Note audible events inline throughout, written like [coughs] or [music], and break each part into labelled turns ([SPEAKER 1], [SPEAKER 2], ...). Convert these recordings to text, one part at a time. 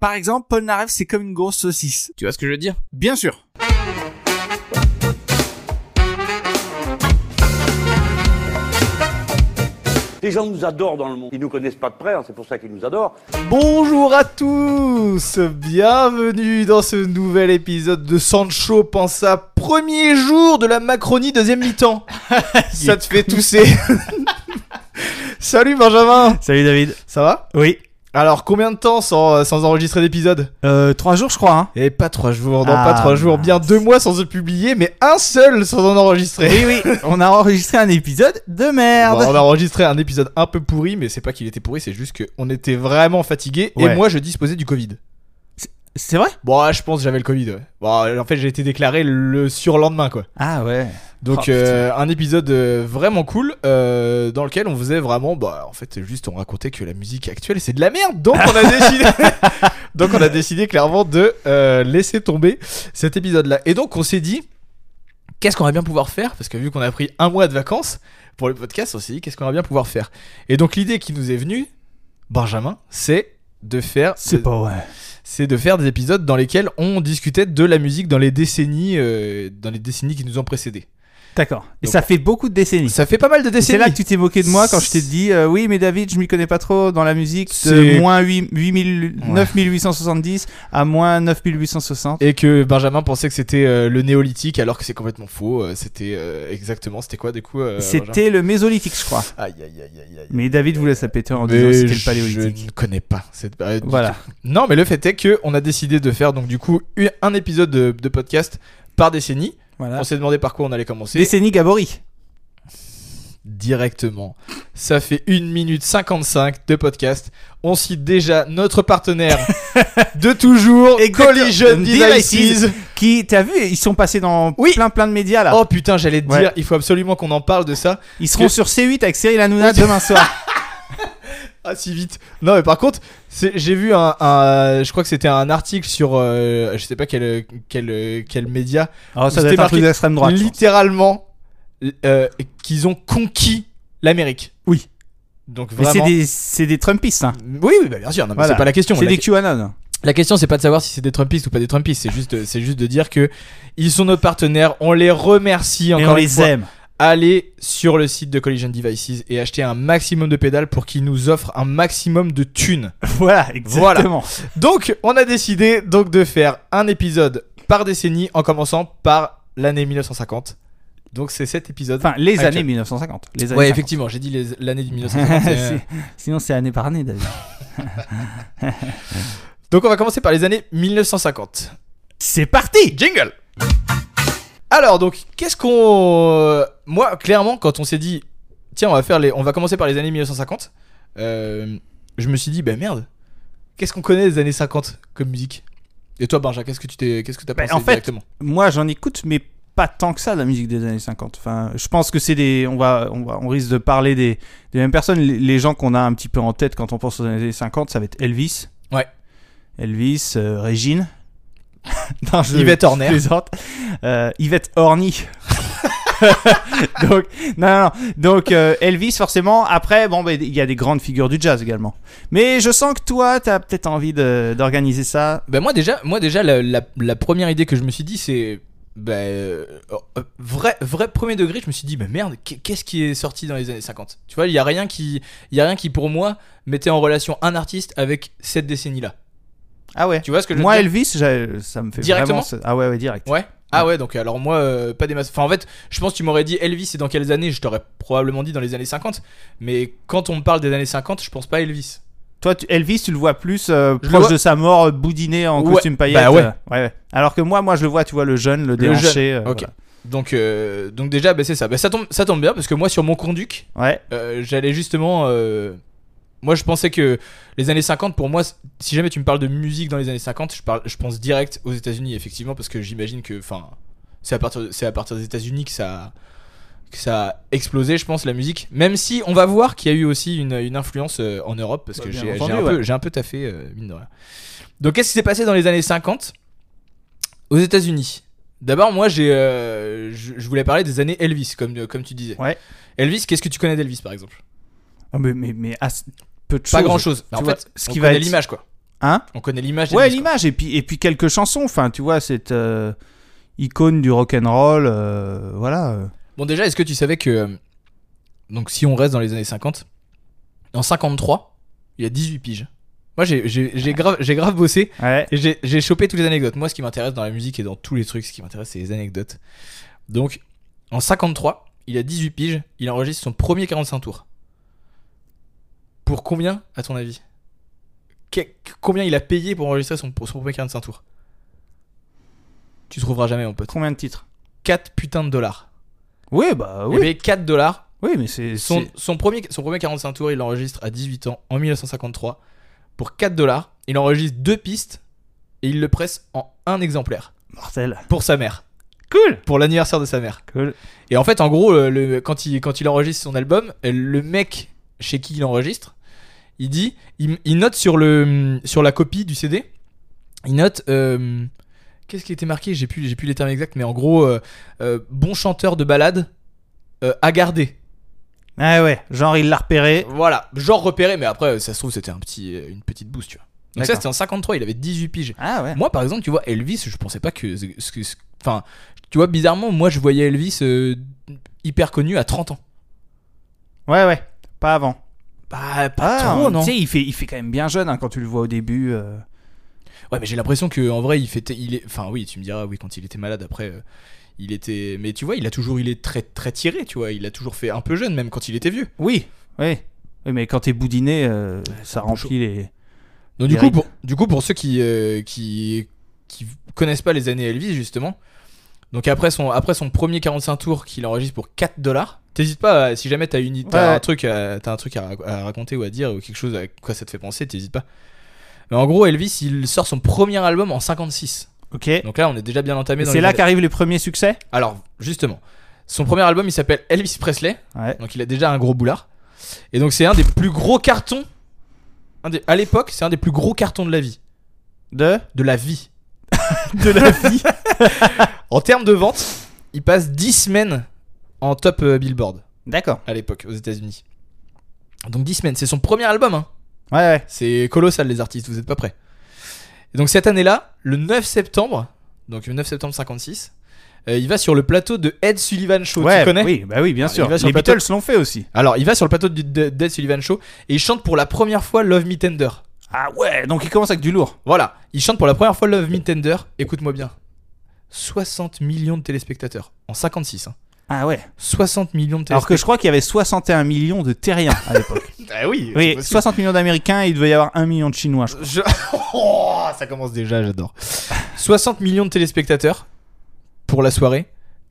[SPEAKER 1] par exemple, Paul Narev, c'est comme une grosse saucisse.
[SPEAKER 2] Tu vois ce que je veux dire
[SPEAKER 1] Bien sûr.
[SPEAKER 3] Les gens nous adorent dans le monde. Ils nous connaissent pas de près, hein, c'est pour ça qu'ils nous adorent.
[SPEAKER 4] Bonjour à tous, bienvenue dans ce nouvel épisode de Sancho Pensa, premier jour de la Macronie deuxième mi-temps. Ça te fait tousser. [laughs] Salut Benjamin,
[SPEAKER 5] Salut David.
[SPEAKER 4] ça va
[SPEAKER 5] Oui.
[SPEAKER 4] Alors combien de temps sans, euh, sans enregistrer d'épisode
[SPEAKER 5] Euh, trois jours, je crois. Hein.
[SPEAKER 4] Et Eh, pas trois jours, non
[SPEAKER 5] Ah,
[SPEAKER 4] pas trois jours, bien deux mois sans se publier, mais un seul sans en enregistrer.
[SPEAKER 5] Oui, oui. On a enregistré un épisode de
[SPEAKER 4] Bon,
[SPEAKER 5] merde.
[SPEAKER 4] on a enregistré un épisode un peu pourri, mais c'est pas qu'il était pourri, c'est juste qu'on était vraiment fatigué et
[SPEAKER 5] Ouais.
[SPEAKER 4] moi je disposais du Covid.
[SPEAKER 5] C'est vrai
[SPEAKER 4] Bon, ouais, je pense que j'avais le Covid. ouais. Bon, en fait, j'ai été déclaré le surlendemain, quoi.
[SPEAKER 5] Ah ouais.
[SPEAKER 4] Donc,
[SPEAKER 5] Oh,
[SPEAKER 4] euh, un épisode euh, vraiment cool euh, dans lequel on faisait vraiment, bah, en fait, juste on racontait que la musique actuelle c'est de la merde. Donc, on
[SPEAKER 5] [laughs]
[SPEAKER 4] a décidé, [laughs] donc on a décidé clairement de euh, laisser tomber cet épisode-là. Et donc, on s'est dit, qu'est-ce qu'on va bien pouvoir faire Parce que vu qu'on a pris un mois de vacances pour le podcast, on s'est dit, qu'est-ce qu'on va bien pouvoir faire Et donc, l'idée qui nous est venue, Benjamin, c'est de faire
[SPEAKER 5] C'est pas vrai.
[SPEAKER 4] c'est de faire des épisodes dans lesquels on discutait de la musique dans les décennies, euh, dans les décennies qui nous ont précédés.
[SPEAKER 5] D'accord. Et
[SPEAKER 4] Donc-
[SPEAKER 5] ça fait beaucoup de décennies.
[SPEAKER 4] Ça fait pas mal de
[SPEAKER 5] C'est
[SPEAKER 4] décennies.
[SPEAKER 5] là que tu t'es moqué de moi quand je t'ai dit euh, oui mais David je m'y connais pas trop dans la musique de
[SPEAKER 4] C'est-
[SPEAKER 5] moins 8, 8000
[SPEAKER 4] Ouais.
[SPEAKER 5] 9870 à moins 9860
[SPEAKER 4] Et que Benjamin pensait que c'était euh, le néolithique alors que c'est complètement faux. euh, c'était euh, exactement, c'était quoi du coup euh, Benjamin
[SPEAKER 5] c'était le mésolithique je crois
[SPEAKER 4] Aïe aïe aïe aïe aïe.
[SPEAKER 5] mais David voulait sa péter en disant
[SPEAKER 4] Mais
[SPEAKER 5] que c'était le
[SPEAKER 4] Je
[SPEAKER 5] paléolithique
[SPEAKER 4] ne connais pas cette période du
[SPEAKER 5] voilà
[SPEAKER 4] Non, mais le fait est que on a décidé de faire donc du coup une- un épisode de, de podcast par décennie.
[SPEAKER 5] voilà
[SPEAKER 4] On s'est demandé par quoi on allait commencer.
[SPEAKER 5] décennie Gabori
[SPEAKER 4] directement. Ça fait 1 minute 55 de podcast. On cite déjà notre
[SPEAKER 5] [laughs]
[SPEAKER 4] partenaire de toujours,
[SPEAKER 5] Exactement.
[SPEAKER 4] Collision Devices.
[SPEAKER 5] qui t'as vu ils sont passés dans
[SPEAKER 4] Oui.
[SPEAKER 5] plein plein de médias là
[SPEAKER 4] Oh putain, j'allais te
[SPEAKER 5] Ah. Ouais.
[SPEAKER 4] dire, il faut absolument qu'on en parle de ça.
[SPEAKER 5] ils seront sur C8 avec Cyril Hanouna
[SPEAKER 4] [laughs]
[SPEAKER 5] demain soir
[SPEAKER 4] Ah, si vite. Non, mais par contre, c'est- j'ai vu un, un- Je crois que c'était un article sur. euh, je sais pas quel, quel, quel média.
[SPEAKER 5] alors
[SPEAKER 4] Oh, ça doit être un truc hein.
[SPEAKER 5] d'extrême
[SPEAKER 4] littéralement, euh, qu'ils ont conquis l'Amérique.
[SPEAKER 5] Oui.
[SPEAKER 4] Donc
[SPEAKER 5] mais c'est
[SPEAKER 4] vraiment.
[SPEAKER 5] des c'est des Trumpistes hein.
[SPEAKER 4] Oui, oui, bah, bien sûr, non, mais
[SPEAKER 5] Voilà.
[SPEAKER 4] c'est pas la question.
[SPEAKER 5] c'est
[SPEAKER 4] La-
[SPEAKER 5] des QAnon
[SPEAKER 4] La question, c'est pas de savoir si c'est des Trumpistes ou pas des Trumpistes. C'est juste, c'est juste de dire que ils sont nos partenaires. On les remercie
[SPEAKER 5] et
[SPEAKER 4] encore
[SPEAKER 5] on
[SPEAKER 4] une
[SPEAKER 5] les
[SPEAKER 4] fois.
[SPEAKER 5] aime [laughs]
[SPEAKER 4] Allez sur le site de Collision Devices et achetez un maximum de pédales pour qu'ils nous offrent un maximum de thunes.
[SPEAKER 5] [laughs] voilà exactement
[SPEAKER 4] Donc, on a décidé donc de faire un épisode par décennie en commençant par l'année 1950. Donc, c'est cet épisode.
[SPEAKER 5] Enfin, les
[SPEAKER 4] Actuel.
[SPEAKER 5] années 1950. Les années
[SPEAKER 4] ouais,
[SPEAKER 5] 50.
[SPEAKER 4] effectivement, j'ai dit les- l'année [laughs]
[SPEAKER 5] [laughs]
[SPEAKER 4] 1950. euh,
[SPEAKER 5] C'est- Sinon, c'est année par année, David.
[SPEAKER 4] donc, on va commencer par les années 1950.
[SPEAKER 5] C'est parti
[SPEAKER 4] Jingle Alors donc, qu'est-ce qu'on... euh, Moi, clairement, quand on s'est dit, tiens, on va, faire les... on va commencer par les années 1950, euh, je me suis dit, bah merde, qu'est-ce qu'on connaît des années 50 comme musique Et toi, Benja, qu'est-ce que tu t'es... Qu'est-ce que t'as
[SPEAKER 5] Bah,
[SPEAKER 4] pensé
[SPEAKER 5] en fait-
[SPEAKER 4] directement
[SPEAKER 5] Moi, j'en écoute, mais pas tant que ça, la musique des années 50. Enfin, je pense que c'est des... On, va, on, va, on risque de parler des, des mêmes personnes. Les, les gens qu'on a un petit peu en tête quand on pense aux années 50, ça va être Elvis.
[SPEAKER 4] Ouais.
[SPEAKER 5] Elvis, euh, Régine. [laughs] non, je
[SPEAKER 4] Yvette Horner.
[SPEAKER 5] plaisante. Euh, Yvette Horny. [laughs] Donc, non, non, non. Donc, euh, Elvis, forcément. Après, bon, ben, il y a des grandes figures du jazz également. Mais je sens que toi, t'as peut-être envie de- d'organiser ça.
[SPEAKER 4] Bah moi déjà, moi déjà la, la- la première idée que je me suis dit, c'est... Bah, euh, euh, vrai, vrai premier degré, je me suis dit, bah merde, qu'est- qu'est-ce qui est sorti dans les années 50 Tu vois, il y a rien qui, il y a rien qui pour moi mettait en relation un artiste avec cette décennie-là.
[SPEAKER 5] Ah ouais.
[SPEAKER 4] Tu vois ce que je veux
[SPEAKER 5] Moi,
[SPEAKER 4] dire
[SPEAKER 5] Elvis, j'ai- ça me fait
[SPEAKER 4] Directement
[SPEAKER 5] vraiment. ce- Ah ouais, ouais, direct.
[SPEAKER 4] Ouais. Ah ouais, donc alors moi, euh, pas des masses. Enfin, en fait, je pense que tu m'aurais dit Elvis et dans quelles années Je t'aurais probablement dit dans les années 50. Mais quand on me parle des années 50, je pense pas à Elvis.
[SPEAKER 5] Toi, tu- Elvis, tu le vois plus euh,
[SPEAKER 4] Je le
[SPEAKER 5] proche
[SPEAKER 4] vois-
[SPEAKER 5] de sa mort, euh, boudiné en
[SPEAKER 4] Ouais.
[SPEAKER 5] costume paillettes.
[SPEAKER 4] Bah ouais.
[SPEAKER 5] euh, ouais, ouais. Alors que moi, moi, je le vois, tu vois, le jeune, le
[SPEAKER 4] Le jeune.
[SPEAKER 5] déhanché. euh,
[SPEAKER 4] Ok. Donc, euh, donc déjà, bah, c'est ça. Bah, ça, tombe, ça tombe bien parce que moi, sur mon conduc,
[SPEAKER 5] voilà. Ouais.
[SPEAKER 4] euh, j'allais justement. euh, Moi, je pensais que les années 50, pour moi, si jamais tu me parles de musique dans les années 50, je, parle, je pense direct aux États-Unis, effectivement, parce que j'imagine que. Enfin, c'est à partir, c'est à partir des États-Unis que ça. que ça a explosé, je pense, la musique. Même si on va voir qu'il y a eu aussi une, une influence euh, en Europe, parce
[SPEAKER 5] Bah,
[SPEAKER 4] que
[SPEAKER 5] bien
[SPEAKER 4] j'ai j'ai
[SPEAKER 5] entendu,
[SPEAKER 4] un, peu- j'ai un peu taffé, euh, mine de rien. Donc, qu'est-ce qui s'est passé dans les années 50 aux États-Unis D'abord, moi, j'ai, euh, je, je voulais parler des années Elvis, comme, euh, comme tu disais.
[SPEAKER 5] Ouais.
[SPEAKER 4] Elvis, qu'est-ce que tu connais d'Elvis, par exemple
[SPEAKER 5] Ah, mais, mais, mais, ah, c'est- peu de choses.
[SPEAKER 4] Pas grand-chose.
[SPEAKER 5] Tu
[SPEAKER 4] En
[SPEAKER 5] vois,
[SPEAKER 4] fait,
[SPEAKER 5] ce
[SPEAKER 4] on
[SPEAKER 5] qui va
[SPEAKER 4] connaît
[SPEAKER 5] être-
[SPEAKER 4] l'image, quoi.
[SPEAKER 5] Hein
[SPEAKER 4] On connaît l'image.
[SPEAKER 5] Ouais,
[SPEAKER 4] d'Elvis, quoi.
[SPEAKER 5] l'image et puis et puis quelques chansons. Enfin, tu vois cette euh, icône du rock and roll, euh, voilà.
[SPEAKER 4] Bon, déjà, est-ce que tu savais que. euh, Donc, si on reste dans les années 50, en 53, il y a 18 piges. Moi, j'ai- j'ai j'ai grave, j'ai grave bossé
[SPEAKER 5] Ouais.
[SPEAKER 4] et j'ai j'ai chopé toutes les anecdotes. Moi, ce qui m'intéresse dans la musique et dans tous les trucs, ce qui m'intéresse, c'est les anecdotes. Donc, en 53, il a 18 piges, il enregistre son premier 45 tours. Pour combien, à ton avis Que- Combien il a payé pour enregistrer son, pour son premier 45 tours Tu trouveras jamais, mon pote.
[SPEAKER 5] Combien de titres
[SPEAKER 4] 4 putains de dollars.
[SPEAKER 5] Oui, bah
[SPEAKER 4] Il a
[SPEAKER 5] oui.
[SPEAKER 4] payé 4 dollars
[SPEAKER 5] Oui, mais c'est
[SPEAKER 4] son,
[SPEAKER 5] c'est-
[SPEAKER 4] son premier, son premier 45 tours, il l'enregistre à 18 ans en 1953 pour 4 dollars. Il enregistre deux pistes et il le presse en un exemplaire
[SPEAKER 5] mortel.
[SPEAKER 4] pour sa mère,
[SPEAKER 5] Cool.
[SPEAKER 4] pour l'anniversaire de sa mère.
[SPEAKER 5] Cool.
[SPEAKER 4] Et en fait, en gros, le, le- quand, il, quand il enregistre son album, euh, le mec chez qui il enregistre, il dit, il, il note sur, le, mm, sur la copie du CD, il note, euh, qu'est-ce qui était marqué J'ai plus, j'ai plus les termes exacts, mais en gros, euh, euh, bon chanteur de balade euh, à garder.
[SPEAKER 5] Ah ouais, genre il l'a repéré.
[SPEAKER 4] Voilà, genre repéré, mais après, ça se trouve, c'était un petit, euh, une petite bouse, tu vois. Donc ça,
[SPEAKER 5] D'accord.
[SPEAKER 4] c'était en 53, il avait 18 piges.
[SPEAKER 5] Ah ouais.
[SPEAKER 4] Moi, par exemple, tu vois, Elvis, je pensais pas que. ce- ce- ce- Enfin, tu vois, bizarrement, moi, je voyais Elvis euh, hyper connu à 30 ans.
[SPEAKER 5] Ouais ouais. Pas avant.
[SPEAKER 4] Bah,
[SPEAKER 5] Ah,
[SPEAKER 4] trop, non
[SPEAKER 5] Tu sais, il fait il fait quand même bien jeune hein, quand tu le vois au début. euh.
[SPEAKER 4] Ouais, mais j'ai l'impression que en vrai, il fêtait. Il est... Enfin, oui, tu me diras, oui, quand il était malade, après. euh, Il était, mais tu vois, il a toujours, il est très, très tiré, tu vois. Il a toujours fait un peu jeune, même quand il était vieux.
[SPEAKER 5] Oui. Oui. Oui, mais quand t'es boudiné, euh, ça
[SPEAKER 4] bon
[SPEAKER 5] remplit les.
[SPEAKER 4] Donc du
[SPEAKER 5] Des
[SPEAKER 4] coup,
[SPEAKER 5] rides.
[SPEAKER 4] pour, du coup, pour ceux qui, euh, qui qui connaissent pas les années Elvis justement, donc après son après son premier 45 tours qu'il enregistre pour 4 dollars, t'hésites pas à- si jamais t'as une t'as
[SPEAKER 5] Ouais.
[SPEAKER 4] un truc à, t'as un truc à, rac- à raconter ou à dire ou quelque chose à quoi ça te fait penser, t'hésites pas. Mais en gros, Elvis, il sort son premier album en 56.
[SPEAKER 5] Ok. Et
[SPEAKER 4] Donc là, on est déjà bien entamé. dans
[SPEAKER 5] C'est
[SPEAKER 4] les
[SPEAKER 5] là
[SPEAKER 4] années-
[SPEAKER 5] qu'arrivent les premiers succès.
[SPEAKER 4] Alors justement, son premier album, il s'appelle Elvis Presley.
[SPEAKER 5] Ouais.
[SPEAKER 4] Donc il a déjà un gros boulard. Et donc c'est un des plus gros cartons. Un des, à l'époque, c'est un des plus gros cartons de la vie
[SPEAKER 5] De.
[SPEAKER 4] de la vie. [laughs] de la vie. en termes de vente, il passe 10 semaines en top euh, Billboard
[SPEAKER 5] D'accord.
[SPEAKER 4] à l'époque aux États-Unis. Donc 10 semaines, c'est son premier album. hein.
[SPEAKER 5] Ouais ouais.
[SPEAKER 4] C'est colossal les artistes, vous êtes pas prêts. Et donc cette année-là, le 9 septembre, donc le 9 septembre 56, euh, il va sur le plateau de Ed Sullivan Show.
[SPEAKER 5] ouais.
[SPEAKER 4] tu connais
[SPEAKER 5] Oui, bah oui, bien
[SPEAKER 4] Ah, il
[SPEAKER 5] sûr.
[SPEAKER 4] va sur
[SPEAKER 5] Les
[SPEAKER 4] le plateau.
[SPEAKER 5] Beatles l'ont fait aussi.
[SPEAKER 4] Alors il va sur le plateau du- de- d'Ed Sullivan Show et il chante pour la première fois Love Me Tender.
[SPEAKER 5] Ah ouais. Donc il commence avec du lourd.
[SPEAKER 4] Voilà, il chante pour la première fois Love Me Tender. Écoute-moi bien. 60 millions de téléspectateurs en 56. hein.
[SPEAKER 5] Ah ouais.
[SPEAKER 4] 60 millions de
[SPEAKER 5] Alors que
[SPEAKER 4] téléspectateurs.
[SPEAKER 5] je crois qu'il y avait 61 millions de terriens à l'époque.
[SPEAKER 4] Ah [laughs] oui,
[SPEAKER 5] oui, 60 millions d'Américains et il devait y avoir 1 million de Chinois, je crois.
[SPEAKER 4] Je- [laughs] Oh, ça commence déjà, j'adore. 60 millions de téléspectateurs pour la soirée.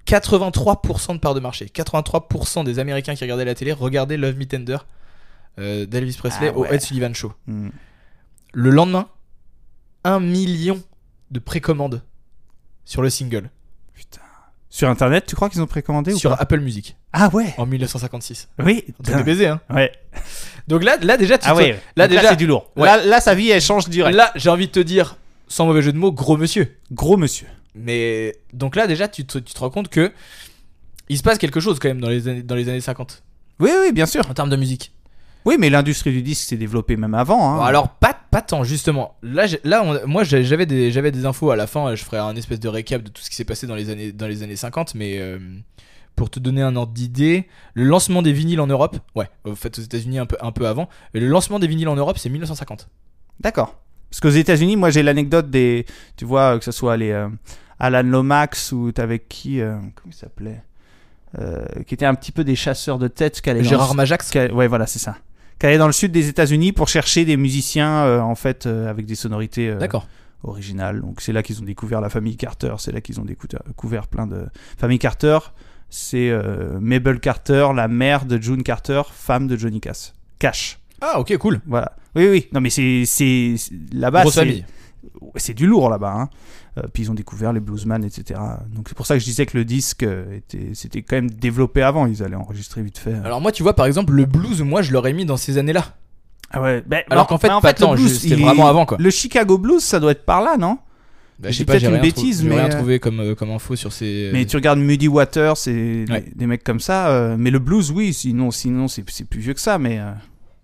[SPEAKER 4] 83% de part de marché. 83% des Américains qui regardaient la télé regardaient Love Me Tender euh, d'Elvis Presley
[SPEAKER 5] Ah ouais.
[SPEAKER 4] au Ed Sullivan Show.
[SPEAKER 5] Hmm.
[SPEAKER 4] Le lendemain, 1 million de précommandes sur le single,
[SPEAKER 5] Sur internet, tu crois qu'ils ont précommandé ou
[SPEAKER 4] sur
[SPEAKER 5] pas
[SPEAKER 4] Apple Music
[SPEAKER 5] Ah ouais.
[SPEAKER 4] en 1956.
[SPEAKER 5] Oui.
[SPEAKER 4] Un truc de baiser, hein.
[SPEAKER 5] Ouais.
[SPEAKER 4] Donc là, là déjà, tu
[SPEAKER 5] Ah
[SPEAKER 4] te-
[SPEAKER 5] ouais.
[SPEAKER 4] là,
[SPEAKER 5] Donc
[SPEAKER 4] déjà-
[SPEAKER 5] c'est du lourd.
[SPEAKER 4] Ouais.
[SPEAKER 5] Là, là, sa vie elle change direct.
[SPEAKER 4] là, j'ai envie de te dire, sans mauvais jeu de mots, gros monsieur.
[SPEAKER 5] Gros monsieur.
[SPEAKER 4] Mais donc là, déjà, tu te, tu te rends compte que il se passe quelque chose quand même dans les années, dans les années 50
[SPEAKER 5] Oui, oui, bien sûr.
[SPEAKER 4] en termes de musique.
[SPEAKER 5] Oui, mais l'industrie du disque s'est développée même avant. hein.
[SPEAKER 4] Bon, alors pas pas tant justement. Là, j'ai- là, on- moi, j'ai- j'avais des j'avais des infos à la fin. Je ferai un espèce de récap de tout ce qui s'est passé dans les années dans les années 50, mais euh, pour te donner un ordre d'idée, le lancement des vinyles en Europe, ouais, en fait aux États-Unis un peu un peu avant, le lancement des vinyles en Europe, c'est 1950.
[SPEAKER 5] D'accord. Parce qu'aux États-Unis, moi, j'ai l'anecdote des. Tu vois, euh, que ce soit les euh, Alan Lomax ou t'avais qui euh, Comment il s'appelait Euh, Qui était un petit peu des chasseurs de tête qu'à
[SPEAKER 4] Gérard Majax.
[SPEAKER 5] Qu'elle- Ouais, voilà, c'est ça. Qu'elle est dans le sud des États-Unis pour chercher des musiciens euh, en fait euh, avec des sonorités euh,
[SPEAKER 4] D'accord.
[SPEAKER 5] originales. Donc c'est là qu'ils ont découvert la famille Carter. C'est là qu'ils ont découvert, découvert plein de famille Carter. C'est euh, Mabel Carter, la mère de June Carter, femme de Johnny Cash. Cash.
[SPEAKER 4] Ah ok cool.
[SPEAKER 5] Voilà. Oui, oui. Non, mais c'est c'est c'est- là-bas.
[SPEAKER 4] Grosse
[SPEAKER 5] c'est-
[SPEAKER 4] famille.
[SPEAKER 5] C'est du lourd là-bas. hein. Euh, puis ils ont découvert les bluesman, etc. Donc c'est pour ça que je disais que le disque euh, était c'était quand même développé avant. Ils allaient enregistrer vite fait. euh.
[SPEAKER 4] Alors moi, tu vois, par exemple, le blues, moi, je l'aurais mis dans ces années-là.
[SPEAKER 5] Ah ouais, bah,
[SPEAKER 4] Ben, Alors
[SPEAKER 5] bah,
[SPEAKER 4] qu'en fait,
[SPEAKER 5] bah,
[SPEAKER 4] pas tant,
[SPEAKER 5] le
[SPEAKER 4] juste,
[SPEAKER 5] blues,
[SPEAKER 4] c'était
[SPEAKER 5] il est-
[SPEAKER 4] vraiment avant, quoi.
[SPEAKER 5] Le Chicago Blues, ça doit être par là, non
[SPEAKER 4] Bah,
[SPEAKER 5] C'est peut-être
[SPEAKER 4] j'ai
[SPEAKER 5] une
[SPEAKER 4] rien trou-
[SPEAKER 5] bêtise,
[SPEAKER 4] j'ai
[SPEAKER 5] mais,
[SPEAKER 4] rien
[SPEAKER 5] euh,
[SPEAKER 4] trouvé comme, euh, comme info sur ces.
[SPEAKER 5] Mais tu regardes Muddy Waters, c'est des-
[SPEAKER 4] Ouais.
[SPEAKER 5] des, mecs comme ça. euh, mais le blues, oui, sinon, sinon c'est c'est plus vieux que ça, mais euh,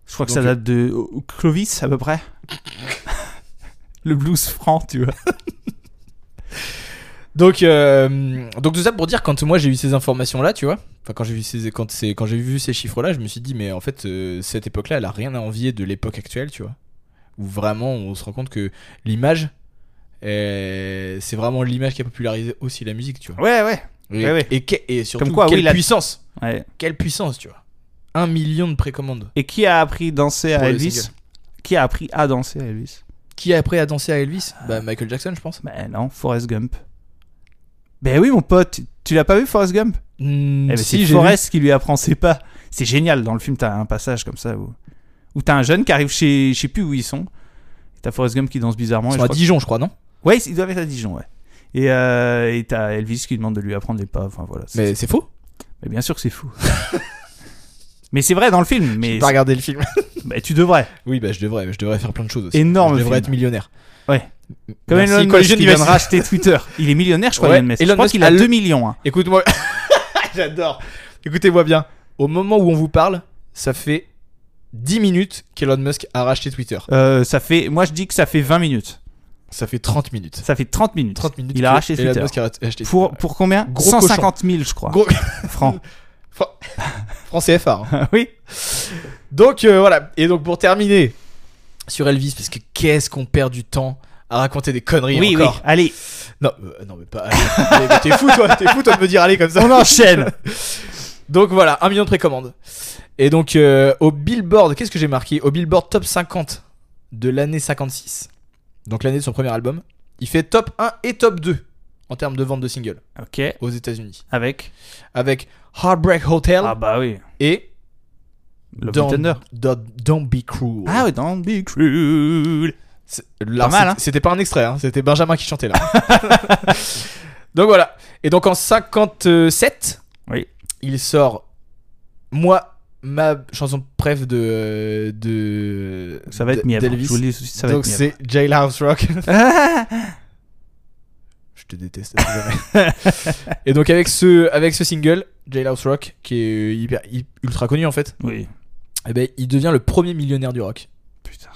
[SPEAKER 5] je crois que
[SPEAKER 4] Donc,
[SPEAKER 5] ça date de au- au Clovis à peu près. [laughs] Le blues franc, tu vois.
[SPEAKER 4] Donc, euh, donc tout ça pour dire quand moi j'ai eu ces informations là, tu vois. Enfin quand j'ai vu ces quand c'est quand j'ai vu ces chiffres là, je me suis dit mais en fait euh, cette époque là, elle a rien à envier de l'époque actuelle, tu vois. Où vraiment on se rend compte que l'image euh, c'est vraiment l'image qui a popularisé aussi la musique, tu vois.
[SPEAKER 5] Ouais, ouais.
[SPEAKER 4] Et,
[SPEAKER 5] ouais, ouais.
[SPEAKER 4] et que- et surtout
[SPEAKER 5] Comme quoi,
[SPEAKER 4] quelle
[SPEAKER 5] oui, la-
[SPEAKER 4] puissance,
[SPEAKER 5] ouais.
[SPEAKER 4] quelle puissance, tu vois. Un million de précommandes.
[SPEAKER 5] Et qui a appris danser
[SPEAKER 4] Pour
[SPEAKER 5] à
[SPEAKER 4] le
[SPEAKER 5] Elvis
[SPEAKER 4] single.
[SPEAKER 5] Qui a appris à danser à Elvis
[SPEAKER 4] Qui après a dansé à Elvis Bah Michael Jackson, je pense.
[SPEAKER 5] Ben non, Forrest Gump. Ben oui, mon pote, tu- tu l'as pas vu Forrest Gump
[SPEAKER 4] Hmm,
[SPEAKER 5] Eh ben,
[SPEAKER 4] si,
[SPEAKER 5] c'est
[SPEAKER 4] j'ai vu.
[SPEAKER 5] Forrest qui lui apprend ses pas. C'est génial dans le film, t'as un passage comme ça où, où t'as un jeune qui arrive chez. Je sais plus où ils sont. Et T'as Forrest Gump qui danse bizarrement.
[SPEAKER 4] Ils
[SPEAKER 5] et je
[SPEAKER 4] sont à
[SPEAKER 5] crois
[SPEAKER 4] Dijon, je crois, non
[SPEAKER 5] que- Ouais, ils doivent être à Dijon, ouais. Et euh, et t'as Elvis qui demande de lui apprendre les pas. Enfin voilà. c'est-
[SPEAKER 4] Mais c'est faux.
[SPEAKER 5] Mais bien sûr que c'est fou. [laughs] mais c'est vrai dans le film. Mais
[SPEAKER 4] J'ai pas regardé le film.
[SPEAKER 5] [laughs] bah, tu devrais.
[SPEAKER 4] Oui, bah je devrais, je devrais faire plein de choses aussi.
[SPEAKER 5] Énorme
[SPEAKER 4] Je devrais
[SPEAKER 5] film.
[SPEAKER 4] être millionnaire.
[SPEAKER 5] Ouais. Comme
[SPEAKER 4] Merci,
[SPEAKER 5] Elon Musk
[SPEAKER 4] Collision
[SPEAKER 5] qui vient de
[SPEAKER 4] Diversity.
[SPEAKER 5] racheter Twitter. Il est millionnaire, je crois.
[SPEAKER 4] Ouais,
[SPEAKER 5] Elon Musk. je
[SPEAKER 4] Elon
[SPEAKER 5] crois
[SPEAKER 4] Musk
[SPEAKER 5] qu'il a
[SPEAKER 4] a le-
[SPEAKER 5] 2 millions. hein.
[SPEAKER 4] Écoute-moi. [laughs] J'adore. Écoutez-moi bien. Au moment où on vous parle, ça fait 10 minutes qu'Elon Musk a racheté Twitter.
[SPEAKER 5] Euh, ça fait, moi je dis que ça fait 20 minutes.
[SPEAKER 4] Ça fait 30 minutes.
[SPEAKER 5] Ça fait 30 minutes.
[SPEAKER 4] 30 minutes.
[SPEAKER 5] Il a
[SPEAKER 4] que
[SPEAKER 5] racheté
[SPEAKER 4] Elon
[SPEAKER 5] Twitter.
[SPEAKER 4] Musk a racheté
[SPEAKER 5] Pour,
[SPEAKER 4] Twitter.
[SPEAKER 5] pour combien
[SPEAKER 4] Gros
[SPEAKER 5] 150 000, je crois.
[SPEAKER 4] Gros-
[SPEAKER 5] [laughs] Francs.
[SPEAKER 4] Franc CFA. hein.
[SPEAKER 5] oui.
[SPEAKER 4] donc euh, voilà. Et donc pour terminer sur Elvis, parce que qu'est-ce qu'on perd du temps à raconter des conneries
[SPEAKER 5] Oui, oui.
[SPEAKER 4] encore.
[SPEAKER 5] Allez,
[SPEAKER 4] Non, euh, non mais pas. mais- mais T'es fou toi, t'es fou toi de me dire allez comme ça.
[SPEAKER 5] on enchaîne.
[SPEAKER 4] Donc voilà, un million de précommandes. Et donc euh, au Billboard, qu'est-ce que j'ai marqué Au Billboard Top 50 de l'année 56. Donc l'année de son premier album. Il fait top 1 et top 2 en termes de vente de singles
[SPEAKER 5] ok.
[SPEAKER 4] aux États-Unis.
[SPEAKER 5] Avec.
[SPEAKER 4] Avec Heartbreak Hotel
[SPEAKER 5] Ah bah oui.
[SPEAKER 4] et
[SPEAKER 5] Love
[SPEAKER 4] Don't,
[SPEAKER 5] Thunder.
[SPEAKER 4] Don't- Don't Be Cruel.
[SPEAKER 5] Ah oui, don't be cruel.
[SPEAKER 4] C'est- là,
[SPEAKER 5] Pas mal,
[SPEAKER 4] c'était-
[SPEAKER 5] hein.
[SPEAKER 4] C'était pas un extrait, hein, c'était Benjamin qui chantait là. [laughs] donc voilà. Et donc en 57,
[SPEAKER 5] Oui.
[SPEAKER 4] il sort Moi, ma chanson préf de. de
[SPEAKER 5] Ça va être
[SPEAKER 4] d-
[SPEAKER 5] mièvre.
[SPEAKER 4] d'Elvis.
[SPEAKER 5] Je vous le dis, ça va
[SPEAKER 4] Donc
[SPEAKER 5] être mièvre.
[SPEAKER 4] c'est Jailhouse Rock. [laughs]
[SPEAKER 5] Ah
[SPEAKER 4] Je te déteste. désolé. [laughs] Et donc avec ce, avec ce single, Jailhouse Rock, qui est euh, hyper, hy- ultra connu en fait,
[SPEAKER 5] oui.
[SPEAKER 4] eh ben, il devient le premier millionnaire du rock.
[SPEAKER 5] Putain.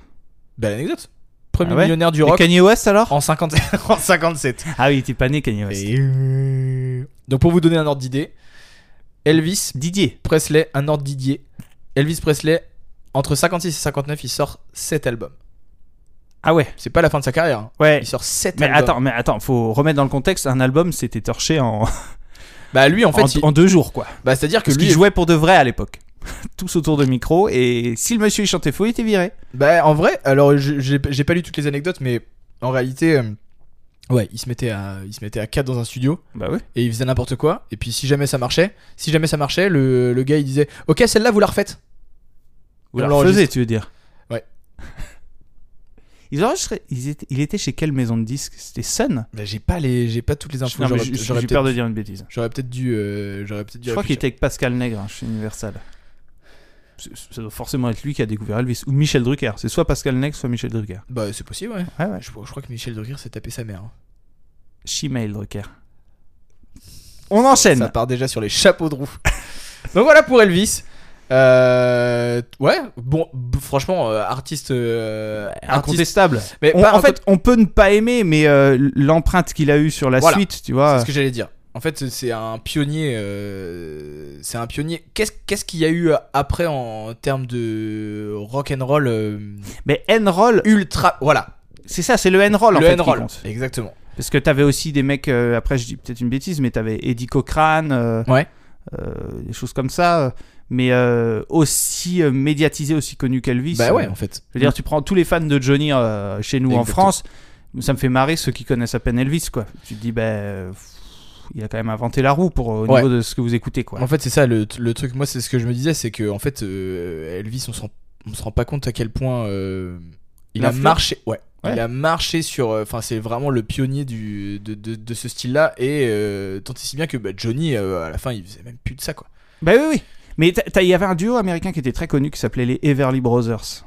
[SPEAKER 4] Belle anecdote. Premier
[SPEAKER 5] Ah ouais
[SPEAKER 4] millionnaire du
[SPEAKER 5] Et
[SPEAKER 4] rock
[SPEAKER 5] Kanye West alors
[SPEAKER 4] en, 50
[SPEAKER 5] [laughs]
[SPEAKER 4] en 57.
[SPEAKER 5] Ah oui, il était pas né Kanye West.
[SPEAKER 4] Et euh, Donc pour vous donner un ordre d'idée, Elvis
[SPEAKER 5] Didier.
[SPEAKER 4] Presley, un ordre d'idée, Elvis Presley, entre 56 et 59, il sort 7 albums.
[SPEAKER 5] Ah ouais.
[SPEAKER 4] C'est pas la fin de sa carrière, hein.
[SPEAKER 5] Ouais.
[SPEAKER 4] il sort 7
[SPEAKER 5] Mais
[SPEAKER 4] albums.
[SPEAKER 5] attends, mais attends, faut remettre dans le contexte. Un album, c'était torché en,
[SPEAKER 4] Bah lui en fait,
[SPEAKER 5] en,
[SPEAKER 4] il-
[SPEAKER 5] en deux jours, quoi.
[SPEAKER 4] bah c'est à dire que
[SPEAKER 5] Parce
[SPEAKER 4] lui,
[SPEAKER 5] qu'il jouait pour de vrai à l'époque. [laughs] Tous autour de micro. Et si le monsieur il chantait faux, il était viré.
[SPEAKER 4] bah en vrai, alors je- j'ai j'ai pas lu toutes les anecdotes, mais en réalité, euh, ouais, il se mettait à, il se mettait à 4 dans un studio.
[SPEAKER 5] Bah oui.
[SPEAKER 4] et il faisait n'importe quoi. Et puis si jamais ça marchait, si jamais ça marchait, le, le gars il disait Ok, celle-là vous la refaites.
[SPEAKER 5] Vous
[SPEAKER 4] On
[SPEAKER 5] la
[SPEAKER 4] l'enregistre.
[SPEAKER 5] refaisiez, tu veux dire
[SPEAKER 4] Ouais.
[SPEAKER 5] Ils enregistraient. Ils étaient, il était chez quelle maison de disques C'était Sun
[SPEAKER 4] Bah, j'ai pas les, j'ai pas toutes les infos.
[SPEAKER 5] Non, mais
[SPEAKER 4] J'aurais-
[SPEAKER 5] j'ai-
[SPEAKER 4] j'aurais
[SPEAKER 5] J'ai
[SPEAKER 4] peut-être-
[SPEAKER 5] peur de dire une bêtise.
[SPEAKER 4] J'aurais peut-être dû. euh, j'aurais peut-être dû.
[SPEAKER 5] Je crois qu'il
[SPEAKER 4] réfléchir.
[SPEAKER 5] était avec Pascal Nègre hein, chez Universal. C'est- Ça doit forcément être lui qui a découvert Elvis. Ou Michel Drucker. C'est soit Pascal Nègre, soit Michel Drucker.
[SPEAKER 4] Bah, c'est possible, ouais.
[SPEAKER 5] Ah Ouais, ouais.
[SPEAKER 4] Je, crois- je crois que Michel Drucker s'est tapé sa mère. hein.
[SPEAKER 5] Chimail Drucker. On enchaîne.
[SPEAKER 4] Ça part déjà sur les chapeaux de roue. [laughs] Donc voilà pour Elvis. Euh, ouais, bon, b- franchement, euh, artiste, euh, artiste,
[SPEAKER 5] Incontestable.
[SPEAKER 4] mais
[SPEAKER 5] On-
[SPEAKER 4] pas
[SPEAKER 5] en fait, on peut ne pas aimer, mais euh, l'empreinte qu'il a eue sur la
[SPEAKER 4] Voilà.
[SPEAKER 5] suite, tu
[SPEAKER 4] c'est
[SPEAKER 5] vois.
[SPEAKER 4] ce que j'allais dire. En fait, c'est un pionnier. euh, c'est un pionnier. Qu'est-ce qu'est-ce qu'il y a eu euh, après en termes de rock and roll euh,
[SPEAKER 5] Mais N-Roll,
[SPEAKER 4] ultra Voilà,
[SPEAKER 5] c'est ça, c'est le N-Roll en
[SPEAKER 4] le
[SPEAKER 5] fait.
[SPEAKER 4] and
[SPEAKER 5] qui
[SPEAKER 4] roll.
[SPEAKER 5] compte.
[SPEAKER 4] Exactement.
[SPEAKER 5] Parce que t'avais aussi des mecs, euh, après je dis peut-être une bêtise, mais t'avais Eddie Cochrane, euh,
[SPEAKER 4] Ouais.
[SPEAKER 5] euh, des choses comme ça, euh, mais euh, aussi euh, médiatisé, aussi connu qu'Elvis.
[SPEAKER 4] Bah ouais,
[SPEAKER 5] Euh,
[SPEAKER 4] en fait.
[SPEAKER 5] Je veux dire, tu prends tous les fans de Johnny euh, chez nous en
[SPEAKER 4] Exactement.
[SPEAKER 5] France, ça me fait marrer ceux qui connaissent à peine Elvis, quoi. Tu te dis, ben, euh, pff, il a quand même inventé la roue pour, au
[SPEAKER 4] Ouais.
[SPEAKER 5] niveau de ce que vous écoutez, quoi.
[SPEAKER 4] En fait, c'est ça le, le truc. Moi, c'est ce que je me disais, c'est que en fait, euh, Elvis, on se rend, on se rend pas compte à quel point euh, il a
[SPEAKER 5] L'influence.
[SPEAKER 4] marché. Ouais.
[SPEAKER 5] Ouais.
[SPEAKER 4] Il a marché sur. euh, Enfin, c'est vraiment le pionnier du, de, de, de ce style-là. Et euh, tant et si bien que bah, Johnny, euh, à la fin, il faisait même plus de ça, quoi.
[SPEAKER 5] Bah oui, oui. Mais t'as- t'as- il y avait un duo américain qui était très connu qui s'appelait les Everly Brothers.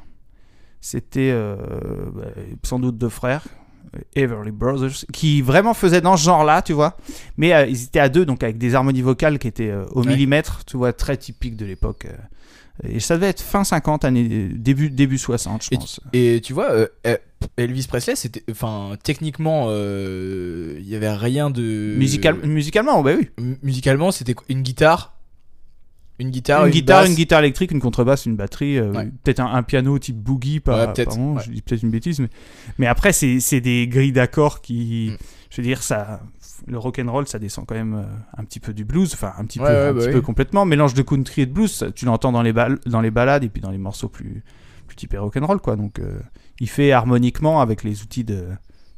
[SPEAKER 5] C'était euh, bah, sans doute deux frères, euh, Everly Brothers, qui vraiment faisaient dans ce genre-là, tu vois. Mais euh, ils étaient à deux, donc avec des harmonies vocales qui étaient euh, au
[SPEAKER 4] Ouais.
[SPEAKER 5] millimètre, tu vois, très typiques de l'époque. euh. Et ça devait être fin 50, année, début, début 60, je pense.
[SPEAKER 4] Et tu vois, euh, euh, Elvis Presley, c'était, enfin, techniquement, euh, il y avait rien de
[SPEAKER 5] Musical- musicalement, bah oui.
[SPEAKER 4] M- musicalement, c'était qu- une guitare, une guitare,
[SPEAKER 5] une guitare,
[SPEAKER 4] basse.
[SPEAKER 5] une guitare électrique, une contrebasse, une batterie, euh,
[SPEAKER 4] Ouais.
[SPEAKER 5] peut-être un, un piano type boogie, pas,
[SPEAKER 4] Ouais, peut-être,
[SPEAKER 5] pardon,
[SPEAKER 4] ouais.
[SPEAKER 5] je dis peut-être une bêtise, mais, mais après c'est, c'est des grilles d'accords qui,
[SPEAKER 4] Mm.
[SPEAKER 5] je veux dire ça, le rock and roll ça descend quand même euh, un petit peu du blues, enfin un petit
[SPEAKER 4] Ouais,
[SPEAKER 5] peu,
[SPEAKER 4] ouais,
[SPEAKER 5] un
[SPEAKER 4] bah
[SPEAKER 5] petit
[SPEAKER 4] oui.
[SPEAKER 5] peu complètement, mélange de country et de blues, ça, tu l'entends dans les bal- dans les balades et puis dans les morceaux plus plus typés rock and roll quoi, donc euh, il fait harmoniquement avec les outils de,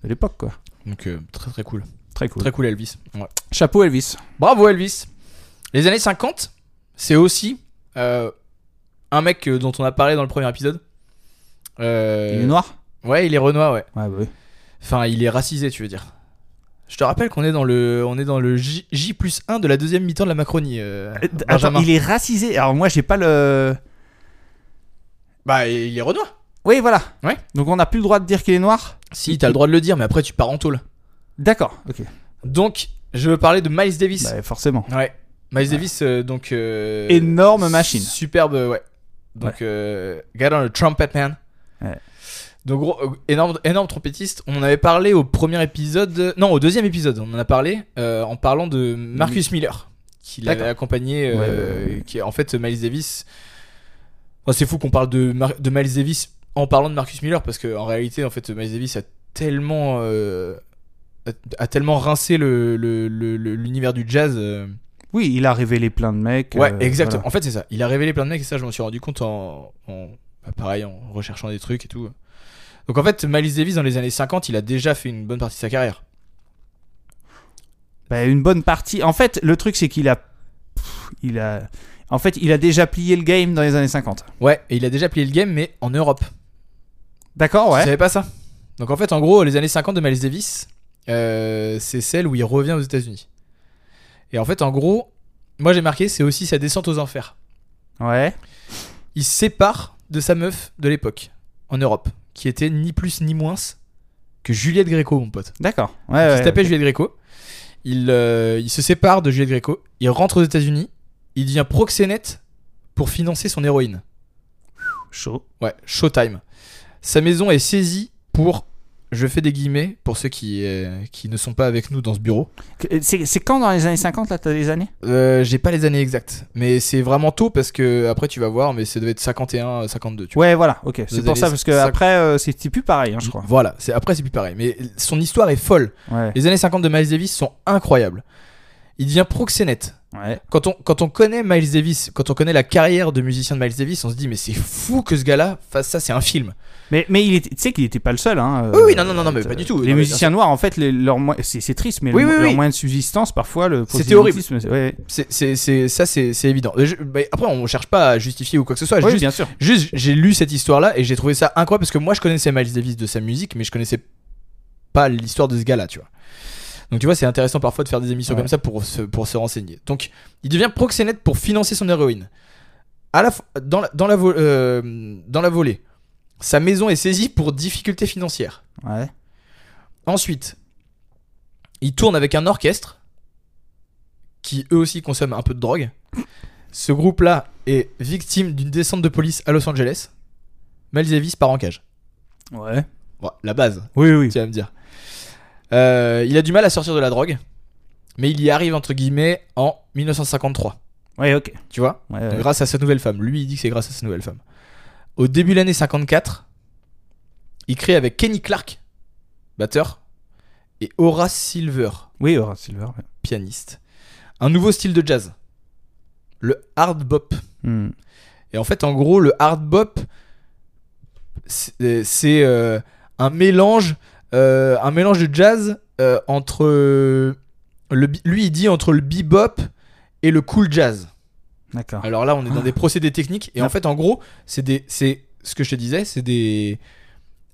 [SPEAKER 5] de l'époque quoi,
[SPEAKER 4] Donc euh, très très cool,
[SPEAKER 5] très cool.
[SPEAKER 4] très cool Elvis. Ouais.
[SPEAKER 5] Chapeau Elvis.
[SPEAKER 4] Bravo Elvis. Les années 50, c'est aussi euh, un mec euh, dont on a parlé dans le premier épisode. Euh,
[SPEAKER 5] Il est noir.
[SPEAKER 4] Ouais, il est Renoir, ouais.
[SPEAKER 5] Ouais, bah oui.
[SPEAKER 4] Enfin, il est racisé, tu veux dire. Je te rappelle qu'on est dans le, on est dans le J, J plus 1 de la deuxième mi-temps de la Macronie. euh,
[SPEAKER 5] Euh,
[SPEAKER 4] Benjamin.
[SPEAKER 5] Attends, il est racisé. Alors moi j'ai pas le
[SPEAKER 4] Bah, il est Renoir.
[SPEAKER 5] Oui, voilà.
[SPEAKER 4] Ouais.
[SPEAKER 5] Donc on n'a plus le droit de dire qu'il est noir
[SPEAKER 4] Si, t'as le droit de le dire, mais après tu pars en tôle.
[SPEAKER 5] D'accord, ok.
[SPEAKER 4] Donc, je veux parler de Miles Davis.
[SPEAKER 5] Bah, forcément.
[SPEAKER 4] Ouais. Miles Davis, euh, donc. euh,
[SPEAKER 5] Énorme machine.
[SPEAKER 4] Superbe, ouais. Donc, euh, Get on the Trumpet Man.
[SPEAKER 5] Ouais.
[SPEAKER 4] Donc, gros, euh, énorme, énorme trompettiste. On en avait parlé au premier épisode. euh, Non, au deuxième épisode, on en a parlé euh, en parlant de Marcus Miller, qui l'avait
[SPEAKER 5] D'accord.
[SPEAKER 4] accompagné. euh,
[SPEAKER 5] Ouais, ouais, ouais.
[SPEAKER 4] Qui, est- en fait, Miles Davis. Enfin, c'est fou qu'on parle de, Mar- de Miles Davis en parlant de Marcus Miller, parce qu'en réalité, en fait, Miles Davis a tellement. euh, a, a tellement rincé le- le- le- le- l'univers du jazz. euh,
[SPEAKER 5] Oui, il a révélé plein de mecs.
[SPEAKER 4] Ouais,
[SPEAKER 5] euh,
[SPEAKER 4] exactement.
[SPEAKER 5] voilà.
[SPEAKER 4] En fait, c'est ça. Il a révélé plein de mecs et ça, je m'en suis rendu compte en, en- bah, pareil, en recherchant des trucs et tout. Donc en fait, Miles Davis dans les années 50, il a déjà fait une bonne partie de sa carrière.
[SPEAKER 5] Bah, une bonne partie. En fait, le truc, c'est qu'il a. Pff, Il a. En fait, il a déjà plié le game dans les années 50.
[SPEAKER 4] Ouais, et il a déjà plié le game, mais en Europe.
[SPEAKER 5] D'accord,
[SPEAKER 4] Tu
[SPEAKER 5] ouais.
[SPEAKER 4] savais pas ça Donc en fait, en gros, les années 50 de Miles Davis, euh, c'est celle où il revient aux États-Unis. Et en fait, en gros, moi j'ai marqué, c'est aussi sa descente aux enfers.
[SPEAKER 5] Ouais.
[SPEAKER 4] Il se sépare de sa meuf de l'époque, en Europe, qui était ni plus ni moins que Juliette Gréco, mon pote.
[SPEAKER 5] D'accord. Ouais,
[SPEAKER 4] il
[SPEAKER 5] ouais.
[SPEAKER 4] se tapait Juliette Gréco. Il, euh, il se sépare de Juliette Gréco. Il rentre aux États-Unis. Il devient proxénète pour financer son héroïne.
[SPEAKER 5] Chaud.
[SPEAKER 4] Ouais, Showtime. Sa maison est saisie pour. Je fais des guillemets pour ceux qui, euh, qui ne sont pas avec nous dans ce bureau.
[SPEAKER 5] Que- euh, C'est c'est quand dans les années 50, là T'as des années
[SPEAKER 4] Euh, J'ai pas les années exactes, mais c'est vraiment tôt parce que après tu vas voir, mais ça devait être 51, 52. Tu vois.
[SPEAKER 5] Ouais, voilà, ok. C'est
[SPEAKER 4] Vous
[SPEAKER 5] pour
[SPEAKER 4] avez
[SPEAKER 5] ça, parce que
[SPEAKER 4] cinq-
[SPEAKER 5] après, euh, c'était plus pareil, hein, je crois.
[SPEAKER 4] Voilà, c'est- après c'est plus pareil. Mais son histoire est folle.
[SPEAKER 5] Ouais.
[SPEAKER 4] Les années 50 de Miles Davis sont incroyables. Il devient proxénète.
[SPEAKER 5] Ouais.
[SPEAKER 4] quand on, quand on connaît Miles Davis, quand on connaît la carrière de musicien de Miles Davis, on se dit mais c'est fou que ce gars-là fasse ça, c'est un film.
[SPEAKER 5] Mais, mais il était- tu sais qu'il était pas le seul. Hein,
[SPEAKER 4] Oui, oui, non, non, non, non, mais pas du tout.
[SPEAKER 5] Les
[SPEAKER 4] Non, mais
[SPEAKER 5] musiciens noirs, en fait, les, leurs moyens- c'est c'est triste, mais
[SPEAKER 4] Oui,
[SPEAKER 5] le-
[SPEAKER 4] oui,
[SPEAKER 5] leurs
[SPEAKER 4] oui.
[SPEAKER 5] moyens de subsistance, parfois, le
[SPEAKER 4] C'était horrible.
[SPEAKER 5] prosélytisme, c'est- ouais, ouais.
[SPEAKER 4] C'est, c'est, c'est- ça c'est, c'est évident. Je- mais après on cherche pas à justifier ou quoi que ce soit.
[SPEAKER 5] Oui,
[SPEAKER 4] Ah, juste,
[SPEAKER 5] bien sûr.
[SPEAKER 4] juste, j'ai lu cette histoire-là et j'ai trouvé ça incroyable parce que moi je connaissais Miles Davis de sa musique, mais je connaissais pas l'histoire de ce gars-là, tu vois. Donc tu vois c'est intéressant parfois de faire des émissions
[SPEAKER 5] Ouais.
[SPEAKER 4] comme ça pour se, pour se renseigner. Donc il devient proxénète pour financer son héroïne. À la, fo- dans, la, dans, la vo- euh, dans la volée, sa maison est saisie pour difficultés financières.
[SPEAKER 5] Ouais.
[SPEAKER 4] Ensuite, il tourne avec un orchestre qui eux aussi consomment un peu de drogue. Ce groupe-là est victime d'une descente de police à Los Angeles. Miles Davis part en cage.
[SPEAKER 5] Ouais.
[SPEAKER 4] Bon, la base,
[SPEAKER 5] Oui, oui.
[SPEAKER 4] tu vas me dire. Euh, il a du mal à sortir de la drogue, mais il y arrive entre guillemets en 1953.
[SPEAKER 5] Ouais, ok.
[SPEAKER 4] Tu vois
[SPEAKER 5] Ouais, ouais.
[SPEAKER 4] Grâce à sa nouvelle femme. Lui, il dit que c'est grâce à sa nouvelle femme. Au début de l'année 54, il crée avec Kenny Clark, batteur, et Horace Silver,
[SPEAKER 5] Oui, Horace Silver. ouais.
[SPEAKER 4] pianiste, un nouveau style de jazz, le hard bop.
[SPEAKER 5] Hmm.
[SPEAKER 4] Et en fait, en gros, le hard bop, c'est c'est, euh, un mélange, euh, un mélange de jazz euh, entre le, bi- lui, il dit entre le bebop et le cool jazz.
[SPEAKER 5] D'accord.
[SPEAKER 4] Alors là, on est dans des procédés techniques. Et en fait, en gros, c'est des, c'est ce que je te disais, c'est des,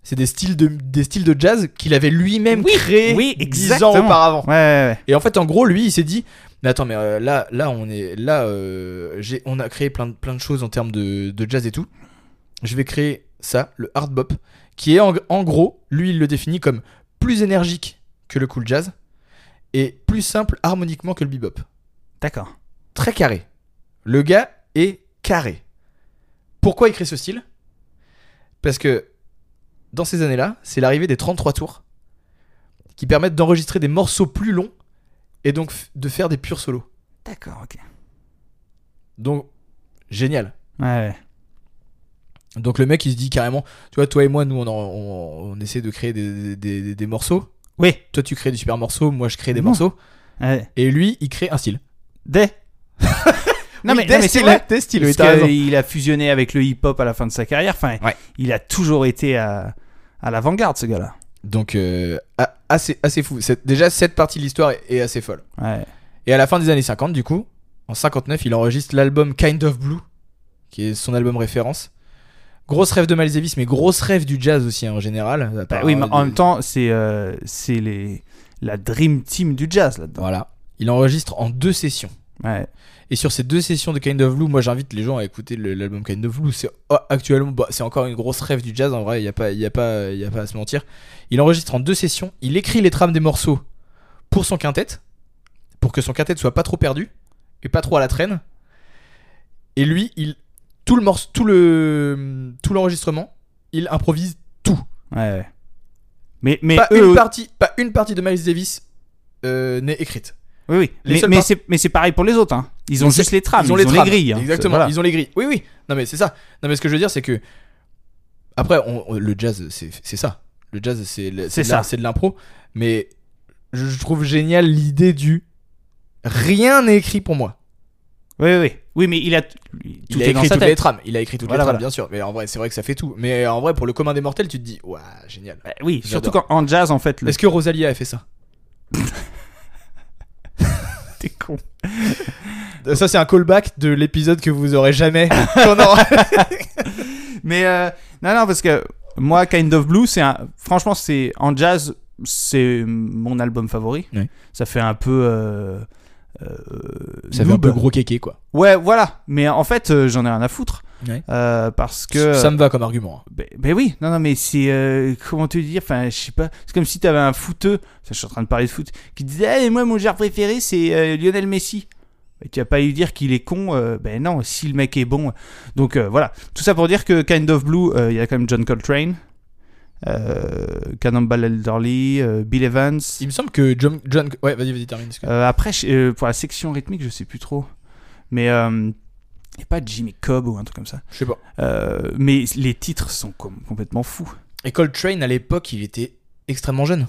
[SPEAKER 4] c'est des styles de, des styles de jazz qu'il avait lui-même
[SPEAKER 5] Oui,
[SPEAKER 4] créé
[SPEAKER 5] oui,
[SPEAKER 4] 10 ans
[SPEAKER 5] exactement.
[SPEAKER 4] auparavant.
[SPEAKER 5] Ouais, ouais, ouais.
[SPEAKER 4] Et en fait, en gros, lui, il s'est dit, mais attends, mais euh, là, là, on est, là, euh, j'ai, on a créé plein de, plein de choses en termes de, de jazz et tout. Je vais créer ça, le hard bop, qui est en, en gros, lui, il le définit comme plus énergique que le cool jazz et plus simple harmoniquement que le bebop
[SPEAKER 5] D'accord.
[SPEAKER 4] très carré. Le gars est carré. Pourquoi il crée ce style Parce que dans ces années-là, c'est l'arrivée des 33 tours qui permettent d'enregistrer des morceaux plus longs et donc f- de faire des purs solos.
[SPEAKER 5] D'accord, ok.
[SPEAKER 4] Donc, génial.
[SPEAKER 5] Ouais, ouais.
[SPEAKER 4] Donc le mec il se dit carrément, tu vois, toi et moi, nous on, en- on, on essaie de créer des, des- des- des morceaux.
[SPEAKER 5] Oui.
[SPEAKER 4] Toi tu crées des super morceaux, moi je crée des
[SPEAKER 5] Non.
[SPEAKER 4] morceaux.
[SPEAKER 5] ouais.
[SPEAKER 4] Et lui il crée un style.
[SPEAKER 5] Des. [laughs] non,
[SPEAKER 4] Oui,
[SPEAKER 5] mais,
[SPEAKER 4] des
[SPEAKER 5] non, mais c'est
[SPEAKER 4] styles,
[SPEAKER 5] vrai.
[SPEAKER 4] des styles, oui,
[SPEAKER 5] Parce
[SPEAKER 4] t'as
[SPEAKER 5] que
[SPEAKER 4] raison.
[SPEAKER 5] il a fusionné avec le hip-hop à la fin de sa carrière. Enfin,
[SPEAKER 4] Ouais.
[SPEAKER 5] il a toujours été à, à l'avant-garde, ce gars-là.
[SPEAKER 4] Donc euh, a- assez, assez fou. C'est- Déjà cette partie de l'histoire est, est assez folle.
[SPEAKER 5] Ouais.
[SPEAKER 4] Et à la fin des années 50 du coup, en 59 il enregistre l'album Kind of Blue, qui est son album référence. Grosse rêve de Miles Davis, mais grosse rêve du jazz aussi hein, en général. à
[SPEAKER 5] Bah
[SPEAKER 4] part,
[SPEAKER 5] oui, mais
[SPEAKER 4] euh,
[SPEAKER 5] en
[SPEAKER 4] de-
[SPEAKER 5] même temps, c'est euh, c'est les la dream team du jazz là-dedans.
[SPEAKER 4] Voilà. Il enregistre en deux sessions.
[SPEAKER 5] Ouais.
[SPEAKER 4] Et sur ces deux sessions de Kind of Blue, moi j'invite les gens à écouter le- l'album Kind of Blue. C'est oh, actuellement, bah, c'est encore une grosse rêve du jazz en vrai. Il y a pas, il y a pas, il y a pas à se mentir. Il enregistre en deux sessions. Il écrit les trames des morceaux pour son quintet, pour que son quintet soit pas trop perdu et pas trop à la traîne. Et lui, il tout le morceau, tout le tout l'enregistrement, il improvise tout.
[SPEAKER 5] Ouais. ouais. Mais mais
[SPEAKER 4] pas
[SPEAKER 5] eux,
[SPEAKER 4] une partie, pas une partie de Miles Davis euh, n'est écrite.
[SPEAKER 5] oui oui.
[SPEAKER 4] les
[SPEAKER 5] Mais,
[SPEAKER 4] seuls
[SPEAKER 5] mais
[SPEAKER 4] par-
[SPEAKER 5] c'est mais c'est pareil pour les autres. hein. Ils ont
[SPEAKER 4] Ah, Mais c'est-
[SPEAKER 5] juste les trames, ils ont,
[SPEAKER 4] trames.
[SPEAKER 5] les grilles. hein.
[SPEAKER 4] Exactement,
[SPEAKER 5] Voilà.
[SPEAKER 4] ils ont les grilles. Oui, oui. Non, mais c'est ça. Non, mais ce que je veux dire, c'est que. Après, on- on- le jazz, c'est c'est ça. Le jazz, c'est le-
[SPEAKER 5] C'est
[SPEAKER 4] de l'in-
[SPEAKER 5] ça.
[SPEAKER 4] C'est de l'impro. Mais je je trouve génial l'idée du. Rien n'est écrit pour moi.
[SPEAKER 5] Oui oui oui. Mais il a t- tout
[SPEAKER 4] il a
[SPEAKER 5] est dans
[SPEAKER 4] écrit
[SPEAKER 5] sa
[SPEAKER 4] toutes les
[SPEAKER 5] tête.
[SPEAKER 4] trames. Il a écrit toutes
[SPEAKER 5] Voilà,
[SPEAKER 4] les trames,
[SPEAKER 5] voilà.
[SPEAKER 4] bien sûr. Mais en vrai, c'est vrai que ça fait tout. Mais en vrai, pour le commun des mortels, tu te dis, waouh, génial.
[SPEAKER 5] Bah oui, surtout
[SPEAKER 4] J'adore.
[SPEAKER 5] quand en jazz en fait. Le...
[SPEAKER 4] Est-ce que Rosalia a fait ça
[SPEAKER 5] T'es
[SPEAKER 4] [laughs]
[SPEAKER 5] con. Euh,
[SPEAKER 4] Ça, c'est un callback de l'épisode que vous
[SPEAKER 5] [coughs]
[SPEAKER 4] aurez jamais. qu'on aura-
[SPEAKER 5] [laughs] Mais euh, non, non, parce que moi, Kind of Blue, c'est un. Franchement, c'est en jazz, c'est mon album favori.
[SPEAKER 4] Ouais.
[SPEAKER 5] Ça fait un peu. euh, euh,
[SPEAKER 4] Ça fait un
[SPEAKER 5] noob.
[SPEAKER 4] peu gros kéké, quoi.
[SPEAKER 5] Ouais, voilà. Mais en fait, euh, j'en ai rien à foutre.
[SPEAKER 4] Ouais.
[SPEAKER 5] Euh, parce que.
[SPEAKER 4] Ça me va comme argument. hein.
[SPEAKER 5] Ben, ben oui, non, non, mais c'est. euh, comment te dire Enfin, je sais pas. C'est comme si t'avais un footeux. Enfin, je suis en train de parler de foot. Qui disait Ah, et moi, mon joueur préféré, c'est euh, Lionel Messi. Ben, tu vas pas lui dire qu'il est con. euh, ben non, si le mec est bon. Donc euh, voilà. Tout ça pour dire que Kind of Blue, euh, il y a quand même John Coltrane, euh, Cannonball Elderly, euh, Bill Evans.
[SPEAKER 4] Il me semble que John. John... Ouais, vas-y, vas-y, termine. excuse.
[SPEAKER 5] Euh, après, je- euh, pour la section rythmique, je sais plus trop. Mais. Euh, y a pas Jimmy Cobb ou un truc comme ça.
[SPEAKER 4] Je sais pas.
[SPEAKER 5] Euh, mais les titres sont com- complètement fous.
[SPEAKER 4] Et Coltrane à l'époque, il était extrêmement jeune.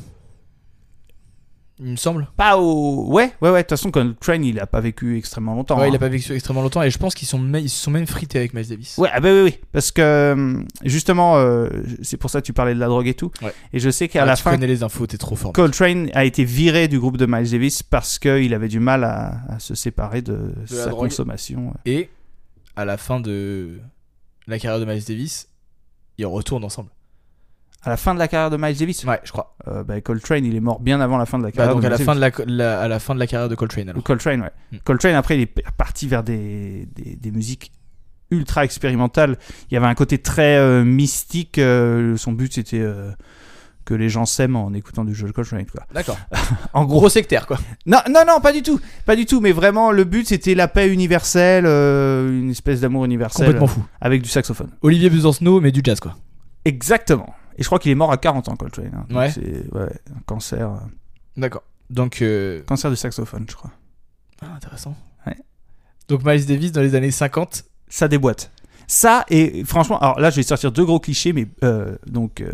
[SPEAKER 4] Il me semble.
[SPEAKER 5] Pas au. Ouais, ouais, ouais. De toute façon, Coltrane, il a pas vécu extrêmement longtemps.
[SPEAKER 4] Ouais, il
[SPEAKER 5] hein.
[SPEAKER 4] a pas vécu extrêmement longtemps et je pense qu'ils sont me- ils se sont même frités avec Miles Davis.
[SPEAKER 5] Ouais, ah bah oui, oui. Parce que euh, justement, euh, c'est pour ça que tu parlais de la drogue et tout.
[SPEAKER 4] Ouais.
[SPEAKER 5] Et je sais qu'à
[SPEAKER 4] Ah,
[SPEAKER 5] la
[SPEAKER 4] tu
[SPEAKER 5] fin,
[SPEAKER 4] connais les infos, t'es trop fort.
[SPEAKER 5] Coltrane a été viré du groupe de Miles Davis parce qu'il avait du mal à, à se séparer de,
[SPEAKER 4] la
[SPEAKER 5] sa
[SPEAKER 4] drogue.
[SPEAKER 5] consommation. euh,
[SPEAKER 4] Et à la fin de la carrière de Miles Davis, ils retournent ensemble.
[SPEAKER 5] À la fin de la carrière de Miles Davis,
[SPEAKER 4] Ouais, je crois.
[SPEAKER 5] euh, bah, Coltrane, il est mort bien avant la fin de la
[SPEAKER 4] Bah,
[SPEAKER 5] carrière.
[SPEAKER 4] donc
[SPEAKER 5] de
[SPEAKER 4] à la
[SPEAKER 5] Miles
[SPEAKER 4] fin
[SPEAKER 5] Davis.
[SPEAKER 4] de la, la- à la fin de la carrière de
[SPEAKER 5] [laughs]
[SPEAKER 4] Coltrane alors.
[SPEAKER 5] Coltrane, ouais.
[SPEAKER 4] Mm.
[SPEAKER 5] Coltrane, après, il est parti vers des, des, des musiques ultra expérimentales. Il y avait un côté très euh, mystique. euh, son but, c'était euh, que les gens s'aiment en écoutant du jeu de Coltrane, quoi.
[SPEAKER 4] D'accord.
[SPEAKER 5] En gros.
[SPEAKER 4] Gros sectaire quoi.
[SPEAKER 5] Non, non, non, pas du tout. Pas du tout, mais vraiment, le but, c'était la paix universelle, euh, une espèce d'amour universel.
[SPEAKER 4] Complètement fou.
[SPEAKER 5] Avec du saxophone.
[SPEAKER 4] Olivier Besancenot mais du jazz quoi.
[SPEAKER 5] Exactement. Et je crois qu'il est mort à 40 ans, Coltrane. hein. Donc
[SPEAKER 4] Ouais.
[SPEAKER 5] C'est ouais, un cancer, euh,
[SPEAKER 4] D'accord. Donc euh,
[SPEAKER 5] cancer du saxophone, je crois.
[SPEAKER 4] ah, intéressant.
[SPEAKER 5] Ouais.
[SPEAKER 4] Donc Miles Davis dans les années 50,
[SPEAKER 5] ça déboîte. Ça, et franchement, alors là, je vais sortir deux gros clichés, mais euh, donc. euh,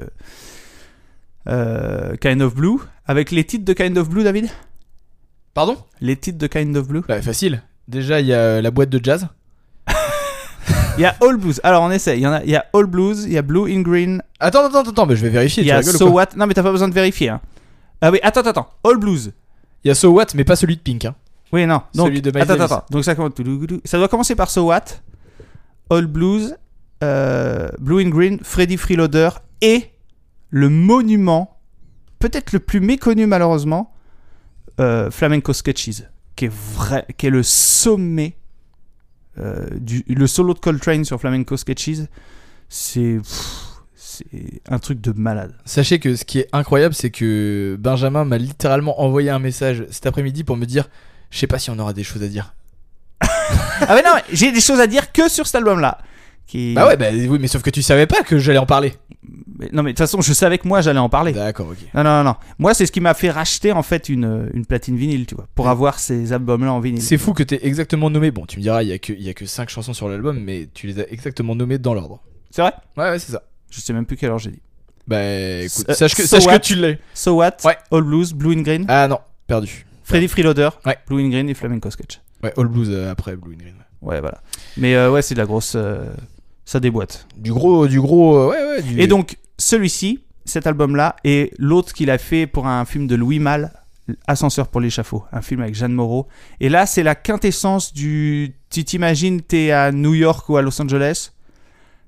[SPEAKER 5] euh, kind of Blue, avec les titres de Kind of Blue, David
[SPEAKER 4] pardon
[SPEAKER 5] Les titres de Kind of Blue
[SPEAKER 4] Bah facile. Déjà il y a euh, la boîte de jazz.
[SPEAKER 5] Il y a All Blues, alors on essaie, il y, en a, il y a All Blues, il y a Blue in Green,
[SPEAKER 4] Attends, attends, attends, mais je vais vérifier.
[SPEAKER 5] il y
[SPEAKER 4] tu
[SPEAKER 5] a
[SPEAKER 4] rigoles ou
[SPEAKER 5] So
[SPEAKER 4] quoi
[SPEAKER 5] What, non mais t'as pas besoin de vérifier. hein. Ah oui, attends, attends, All Blues.
[SPEAKER 4] Il y a So What, mais pas celui de Pink. Hein.
[SPEAKER 5] Oui, non, donc.
[SPEAKER 4] Celui de Miles
[SPEAKER 5] attends,
[SPEAKER 4] Davis.
[SPEAKER 5] attends, donc ça commence. Ça doit commencer par So What, All Blues, euh, Blue in Green, Freddy Freeloader et le monument, peut-être le plus méconnu malheureusement, euh, Flamenco Sketches, qui est vrai, qui est le sommet euh, du le solo de Coltrane sur Flamenco Sketches. C'est pff, c'est un truc de malade.
[SPEAKER 4] Sachez que ce qui est incroyable, c'est que Benjamin m'a littéralement envoyé un message cet après-midi pour me dire Je sais pas si on aura des choses à dire.
[SPEAKER 5] ah mais non, mais j'ai des choses à dire que sur cet album-là. Qui...
[SPEAKER 4] Bah ouais, bah oui, mais sauf que tu savais pas que j'allais en parler.
[SPEAKER 5] Mais- non, mais de toute façon, je savais que moi, j'allais en parler.
[SPEAKER 4] D'accord, ok.
[SPEAKER 5] Non, non, non, non. Moi, c'est ce qui m'a fait racheter, en fait, une, euh, une platine vinyle, tu vois, pour avoir ces albums-là en vinyle.
[SPEAKER 4] Mm. C'est fou que t'aies exactement nommé. Bon, tu me diras, il y a que il y a que cinq chansons sur l'album, mais tu les as exactement nommées dans l'ordre.
[SPEAKER 5] C'est vrai
[SPEAKER 4] Ouais, ouais, c'est ça.
[SPEAKER 5] Je sais même plus quelle heure j'ai dit.
[SPEAKER 4] Bah écoute,
[SPEAKER 5] Euh,
[SPEAKER 4] sache que
[SPEAKER 5] so
[SPEAKER 4] sache que
[SPEAKER 5] what
[SPEAKER 4] tu l'es.
[SPEAKER 5] So What,
[SPEAKER 4] Ouais.
[SPEAKER 5] All Blues, Blue in Green,
[SPEAKER 4] Ah non, perdu.
[SPEAKER 5] Freddy Freeloader,
[SPEAKER 4] Ouais.
[SPEAKER 5] Blue in Green et Flamenco Sketch.
[SPEAKER 4] Ouais, All Blues euh, après Blue and Green.
[SPEAKER 5] Ouais, voilà. Mais euh, ouais, c'est de la grosse. euh, ça déboîte.
[SPEAKER 4] Du gros, du gros, euh, ouais, ouais. du-
[SPEAKER 5] Et donc, celui-ci, cet album-là, et l'autre qu'il a fait pour un film de Louis Malle, Ascenseur pour l'échafaud, un film avec Jeanne Moreau. Et là, c'est la quintessence du. Tu t'imagines, t'es à New York ou à Los Angeles,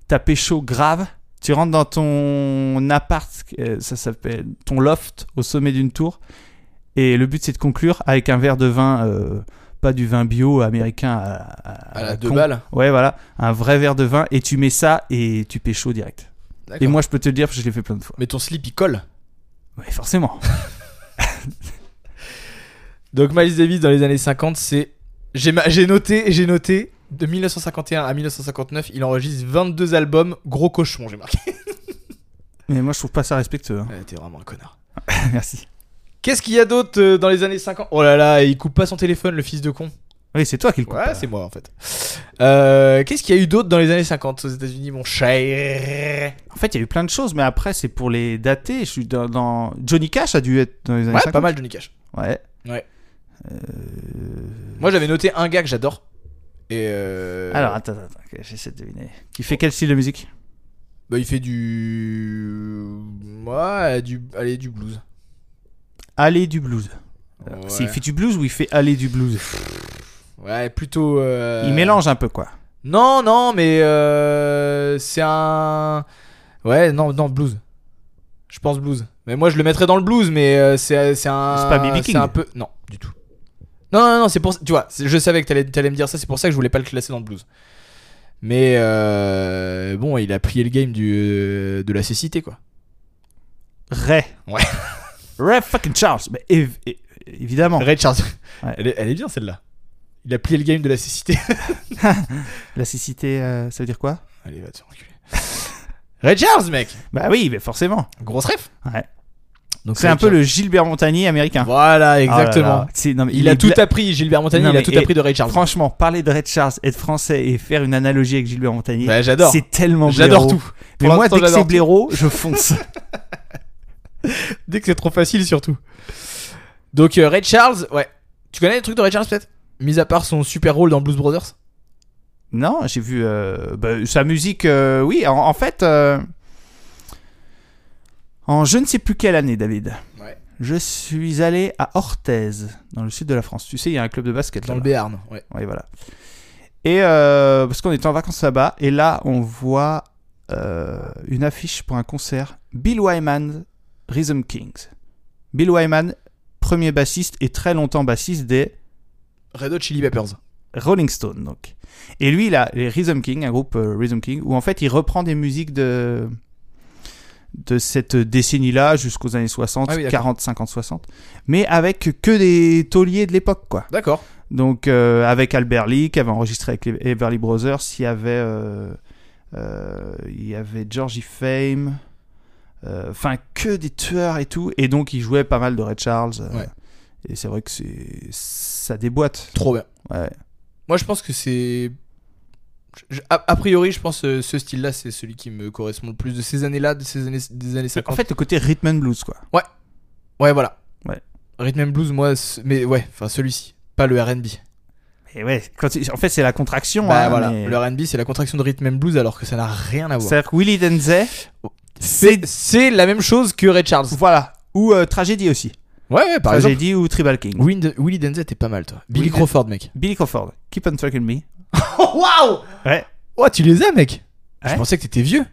[SPEAKER 5] t'as pécho grave, tu rentres dans ton appart, euh, ça s'appelle ton loft au sommet d'une tour, et le but c'est de conclure avec un verre de vin, euh, pas du vin bio américain à, à-
[SPEAKER 4] à
[SPEAKER 5] à
[SPEAKER 4] la deux
[SPEAKER 5] con.
[SPEAKER 4] balles.
[SPEAKER 5] Ouais, voilà, un vrai verre de vin, et tu mets ça et tu pécho direct. Et
[SPEAKER 4] D'accord.
[SPEAKER 5] moi, je peux te le dire, parce que je l'ai fait plein de fois.
[SPEAKER 4] Mais ton slip il colle.
[SPEAKER 5] Ouais, forcément.
[SPEAKER 4] Donc Miles Davis dans les années 50, c'est j'ai ma- j'ai noté, j'ai noté de 1951 à 1959, il enregistre 22 albums, gros cochon, j'ai marqué.
[SPEAKER 5] Mais moi, je trouve pas ça respectueux. hein.
[SPEAKER 4] T'es vraiment un connard.
[SPEAKER 5] [laughs] Merci.
[SPEAKER 4] Qu'est-ce qu'il y a d'autre euh, dans les années 50 Oh là là, il coupe pas son téléphone, le fils de con.
[SPEAKER 5] Oui, c'est toi qui le coupes.
[SPEAKER 4] Ouais, c'est moi en fait. Euh, Qu'est-ce qu'il y a eu d'autre dans les années 50 aux États-Unis, mon cher
[SPEAKER 5] En fait, il y a eu plein de choses, mais après, c'est pour les dater. Je suis dans, dans- Johnny Cash a dû être dans les années
[SPEAKER 4] Ouais,
[SPEAKER 5] 50.
[SPEAKER 4] pas mal Johnny Cash.
[SPEAKER 5] Ouais.
[SPEAKER 4] Ouais.
[SPEAKER 5] Euh,
[SPEAKER 4] Moi j'avais noté un gars que j'adore. Et euh,
[SPEAKER 5] Alors, attends, attends, ok, j'essaie de deviner. Qui fait quel style de musique
[SPEAKER 4] bah, il fait du ouais, du allez du blues.
[SPEAKER 5] Aller du blues.
[SPEAKER 4] Ouais.
[SPEAKER 5] S'il fait du blues ou il fait aller du blues
[SPEAKER 4] Ouais, plutôt euh,
[SPEAKER 5] Il mélange un peu, quoi.
[SPEAKER 4] Non, non, mais euh, c'est un ouais, non non blues. Je pense blues. Mais moi je le mettrais dans le blues mais euh, c'est c'est un
[SPEAKER 5] C'est pas B.B. King.
[SPEAKER 4] c'est un peu non, du tout. Non non non, c'est pour tu vois, c'est- je savais que t'allais allais me dire ça, c'est pour ça que je voulais pas le classer dans le blues. Mais euh, bon, il a plié le game du, euh, de la cécité quoi.
[SPEAKER 5] Ray.
[SPEAKER 4] Ouais.
[SPEAKER 5] [laughs] Ray fucking Charles. Mais év- é- évidemment.
[SPEAKER 4] Ray Charles.
[SPEAKER 5] Ouais.
[SPEAKER 4] Elle, est, elle est bien celle-là. Il a plié le game de la [laughs] cécité.
[SPEAKER 5] La cécité, euh, ça veut dire quoi
[SPEAKER 4] Allez, va te faire enculer. Ray Charles, mec
[SPEAKER 5] Bah oui, mais forcément.
[SPEAKER 4] Grosse ref
[SPEAKER 5] Ouais.
[SPEAKER 4] Donc
[SPEAKER 5] C'est un peu le Gilbert Montagnier américain.
[SPEAKER 4] Voilà,
[SPEAKER 5] Oh là
[SPEAKER 4] exactement.
[SPEAKER 5] là. C'est- non, mais
[SPEAKER 4] Il,
[SPEAKER 5] est
[SPEAKER 4] a tout
[SPEAKER 5] bla-
[SPEAKER 4] appris, Gilbert Montagnier,
[SPEAKER 5] Non,
[SPEAKER 4] il a
[SPEAKER 5] mais-
[SPEAKER 4] tout
[SPEAKER 5] et-
[SPEAKER 4] appris de Ray Charles.
[SPEAKER 5] Franchement, parler de Red Charles, être français et faire une analogie avec Gilbert Montagnier,
[SPEAKER 4] Bah, j'adore.
[SPEAKER 5] c'est tellement blaireau.
[SPEAKER 4] J'adore tout.
[SPEAKER 5] Mais
[SPEAKER 4] Pour
[SPEAKER 5] moi,
[SPEAKER 4] l'instant,
[SPEAKER 5] dès que
[SPEAKER 4] j'adore
[SPEAKER 5] c'est
[SPEAKER 4] tout.
[SPEAKER 5] blaireau, je fonce. [laughs]
[SPEAKER 4] Dès que c'est trop facile, surtout. Donc, euh, Ray Charles, ouais. Tu connais les trucs de Ray Charles, peut-être Mis à part son super rôle dans Blues Brothers
[SPEAKER 5] non, j'ai vu euh, bah, sa musique, euh, oui, en, en fait, euh, en je ne sais plus quelle année, David,
[SPEAKER 4] Ouais.
[SPEAKER 5] je suis allé à Orthez, dans le sud de la France. Tu sais, il y a un club de basket
[SPEAKER 4] Dans
[SPEAKER 5] là-bas.
[SPEAKER 4] le Béarn, ouais.
[SPEAKER 5] Oui, voilà. Et euh, parce qu'on était en vacances là-bas, et là, on voit euh, une affiche pour un concert. Bill Wyman, Rhythm Kings. Bill Wyman, premier bassiste et très longtemps bassiste des
[SPEAKER 4] Red Hot Chili Peppers.
[SPEAKER 5] Rolling Stones, donc. Et lui, il a les Rhythm King, un groupe euh, Rhythm King, où en fait, il reprend des musiques de de cette décennie-là jusqu'aux années 60,
[SPEAKER 4] Ah oui, d'accord.
[SPEAKER 5] 40, 50, 60, mais avec que des tauliers de l'époque, quoi.
[SPEAKER 4] D'accord.
[SPEAKER 5] Donc euh, avec Albert Lee qui avait enregistré avec les Everly Brothers, il y avait euh, euh, il y avait Georgie Fame, euh, enfin que des tueurs et tout, et donc il jouait pas mal de Ray Charles. euh,
[SPEAKER 4] Ouais.
[SPEAKER 5] Et c'est vrai que c'est ça déboîte.
[SPEAKER 4] Trop bien.
[SPEAKER 5] Ouais.
[SPEAKER 4] Moi, je pense que c'est. je- je- A, a priori, je pense que ce style-là, c'est celui qui me correspond le plus de ces années-là, de ces années, des années 50.
[SPEAKER 5] En fait le côté rhythm and blues quoi.
[SPEAKER 4] Ouais, voilà.
[SPEAKER 5] Ouais.
[SPEAKER 4] Rhythm and blues, moi, c- mais ouais, enfin celui-ci, pas le R&B.
[SPEAKER 5] Et ouais, quand tu- en fait c'est la contraction.
[SPEAKER 4] Bah
[SPEAKER 5] hein,
[SPEAKER 4] voilà,
[SPEAKER 5] mais-
[SPEAKER 4] le R&B c'est la contraction de rhythm and blues alors que ça n'a rien à voir.
[SPEAKER 5] C'est-à-dire que Willie Denzey,
[SPEAKER 4] C'est c'est la même chose que Ray Charles.
[SPEAKER 5] voilà, ou euh, tragédie aussi,
[SPEAKER 4] Ouais ouais, par exemple.
[SPEAKER 5] tragédie ou Tribal King.
[SPEAKER 4] Wind- Willie Denzey t'es pas mal toi. Billy
[SPEAKER 5] Willie-
[SPEAKER 4] Crawford mec.
[SPEAKER 5] Billy Crawford, Keep on Fucking Me.
[SPEAKER 4] Oh waouh
[SPEAKER 5] Ouais.
[SPEAKER 4] Oh tu les as mec. Je
[SPEAKER 5] Ouais.
[SPEAKER 4] pensais que t'étais vieux.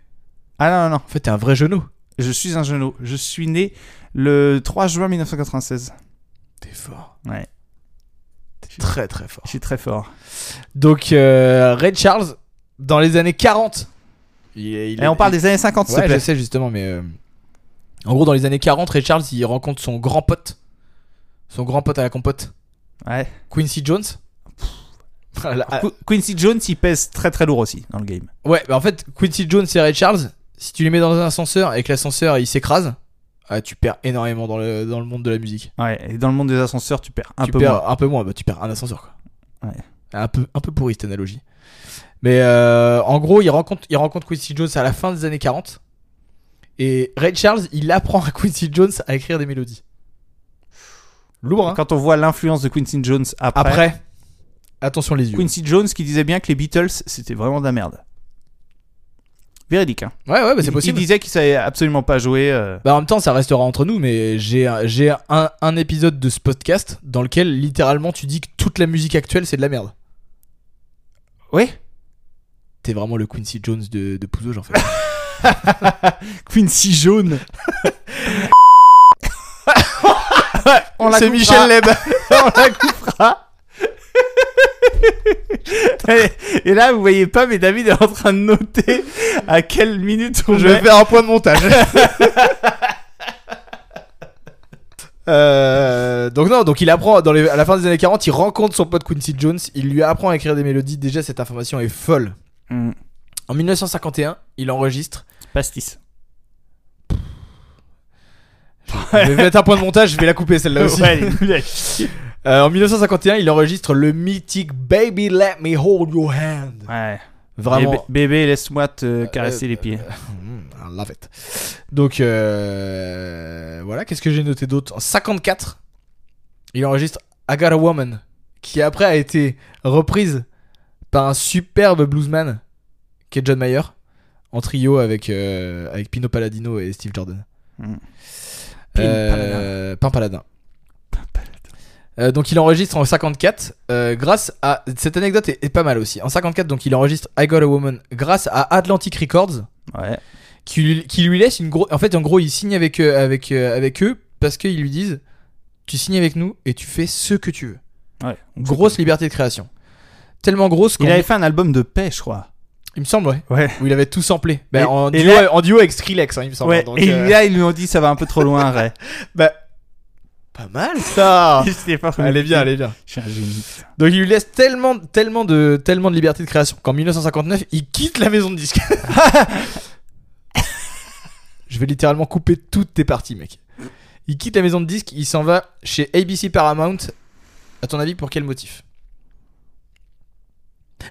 [SPEAKER 5] Ah non non non.
[SPEAKER 4] En fait t'es un vrai genou.
[SPEAKER 5] Je suis un genou. Je suis né le 3 juin 1996.
[SPEAKER 4] T'es fort.
[SPEAKER 5] Ouais.
[SPEAKER 4] T'es très très fort.
[SPEAKER 5] Je suis très fort.
[SPEAKER 4] Donc euh, Ray Charles dans les années 40. Il, est- il
[SPEAKER 5] Et
[SPEAKER 4] est-
[SPEAKER 5] on parle des années 50, s'il te
[SPEAKER 4] Ouais, je
[SPEAKER 5] plaît.
[SPEAKER 4] sais justement, mais euh, en gros, dans les années 40, Ray Charles il rencontre son grand pote, son grand pote à la compote,
[SPEAKER 5] Ouais.
[SPEAKER 4] Quincy Jones. Ah, là, ah,
[SPEAKER 5] Euh, Qu- Quincy Jones, il pèse très très lourd aussi dans le game.
[SPEAKER 4] ouais, bah en fait, Quincy Jones et Ray Charles, Si tu les mets dans un ascenseur et que l'ascenseur il s'écrase, ah, tu perds énormément dans le, dans le monde de la musique.
[SPEAKER 5] Ouais, et dans le monde des ascenseurs, tu perds un
[SPEAKER 4] tu
[SPEAKER 5] peu
[SPEAKER 4] perds
[SPEAKER 5] moins.
[SPEAKER 4] un peu moins, bah, tu perds un ascenseur quoi.
[SPEAKER 5] Ouais.
[SPEAKER 4] Un peu, un peu pourri cette analogie. Mais euh, en gros, il rencontre, il rencontre Quincy Jones à la fin des années 40. Et Ray Charles, il apprend à Quincy Jones à écrire des mélodies. Lourd, hein
[SPEAKER 5] Quand on voit l'influence de Quincy Jones après,
[SPEAKER 4] Après, attention les yeux.
[SPEAKER 5] Quincy Jones qui disait bien que les Beatles, c'était vraiment de la merde. Véridique, hein.
[SPEAKER 4] Ouais, ouais, bah, c'est
[SPEAKER 5] Il-
[SPEAKER 4] possible.
[SPEAKER 5] Il disait qu'il savait absolument pas jouer. euh,
[SPEAKER 4] Bah en même temps, ça restera entre nous, mais j'ai un- j'ai un, un épisode de ce podcast dans lequel littéralement tu dis que toute la musique actuelle c'est de la merde.
[SPEAKER 5] Ouais.
[SPEAKER 4] T'es vraiment le Quincy Jones de, de Pouzo, j'en fais.
[SPEAKER 5] Quincy [laughs] Jaune. on la coupera.
[SPEAKER 4] c'est Michel Leb.
[SPEAKER 5] on la coupera. Et- Et là, vous voyez pas, mais David est en train de noter à quelle minute on
[SPEAKER 4] Je
[SPEAKER 5] est.
[SPEAKER 4] vais faire un point de montage. [laughs] Euh, donc non, donc il apprend dans les- à la fin des années 40, il rencontre son pote Quincy Jones, il lui apprend à écrire des mélodies. Déjà cette information est folle.
[SPEAKER 5] Mm.
[SPEAKER 4] En 1951, il enregistre.
[SPEAKER 5] Pastis.
[SPEAKER 4] Je vais mettre un point de montage, je vais la couper celle-là aussi.
[SPEAKER 5] Ouais, elle
[SPEAKER 4] [laughs]
[SPEAKER 5] est nulle à
[SPEAKER 4] Euh, en 1951, il enregistre le mythique Baby Let Me Hold Your Hand.
[SPEAKER 5] Ouais.
[SPEAKER 4] Vraiment.
[SPEAKER 5] Bébé, bébé, laisse-moi te caresser les pieds.
[SPEAKER 4] Mm, I love it. Donc euh, voilà, qu'est-ce que j'ai noté d'autre En 54, il enregistre I Got a Woman, qui après a été reprise par un superbe bluesman qui est John Mayer, en trio avec, euh, avec Pino Palladino et Steve Jordan.
[SPEAKER 5] Mm.
[SPEAKER 4] Euh, Pin Paladin. Euh, donc il enregistre en 54 euh, grâce à cette anecdote est, est pas mal aussi. En 54 donc il enregistre I Got a Woman grâce à Atlantic Records
[SPEAKER 5] Ouais.
[SPEAKER 4] qui lui, qui lui laisse une grosse. En fait, en gros, il signe avec eux, avec, euh, avec eux parce qu'ils lui disent Tu signes avec nous et tu fais ce que tu veux.
[SPEAKER 5] ouais.
[SPEAKER 4] Grosse liberté de création. Tellement grosse qu'on.
[SPEAKER 5] Il avait fait un album de paix, je crois.
[SPEAKER 4] il me semble, ouais.
[SPEAKER 5] Ouais.
[SPEAKER 4] Où il avait tout samplé. Bah,
[SPEAKER 5] Et-
[SPEAKER 4] en,
[SPEAKER 5] et
[SPEAKER 4] duo,
[SPEAKER 5] là-
[SPEAKER 4] en duo avec Skrillex, hein, il me semble.
[SPEAKER 5] ouais.
[SPEAKER 4] Donc,
[SPEAKER 5] Et
[SPEAKER 4] euh,
[SPEAKER 5] là, ils lui ont dit ça va un peu trop loin,
[SPEAKER 4] [laughs]
[SPEAKER 5] Ray.
[SPEAKER 4] bah, pas
[SPEAKER 5] [laughs]
[SPEAKER 4] mal ça
[SPEAKER 5] J'étais pas
[SPEAKER 4] Ah. Elle est bien, elle est bien.
[SPEAKER 5] Je suis un génie. [laughs]
[SPEAKER 4] Donc il lui laisse tellement, tellement, de, tellement de liberté de création qu'en 1959, il quitte la maison de disques. [laughs] Je vais littéralement couper toutes tes parties, mec. Il quitte la maison de disques, il s'en va chez ABC Paramount. À ton avis, pour quel motif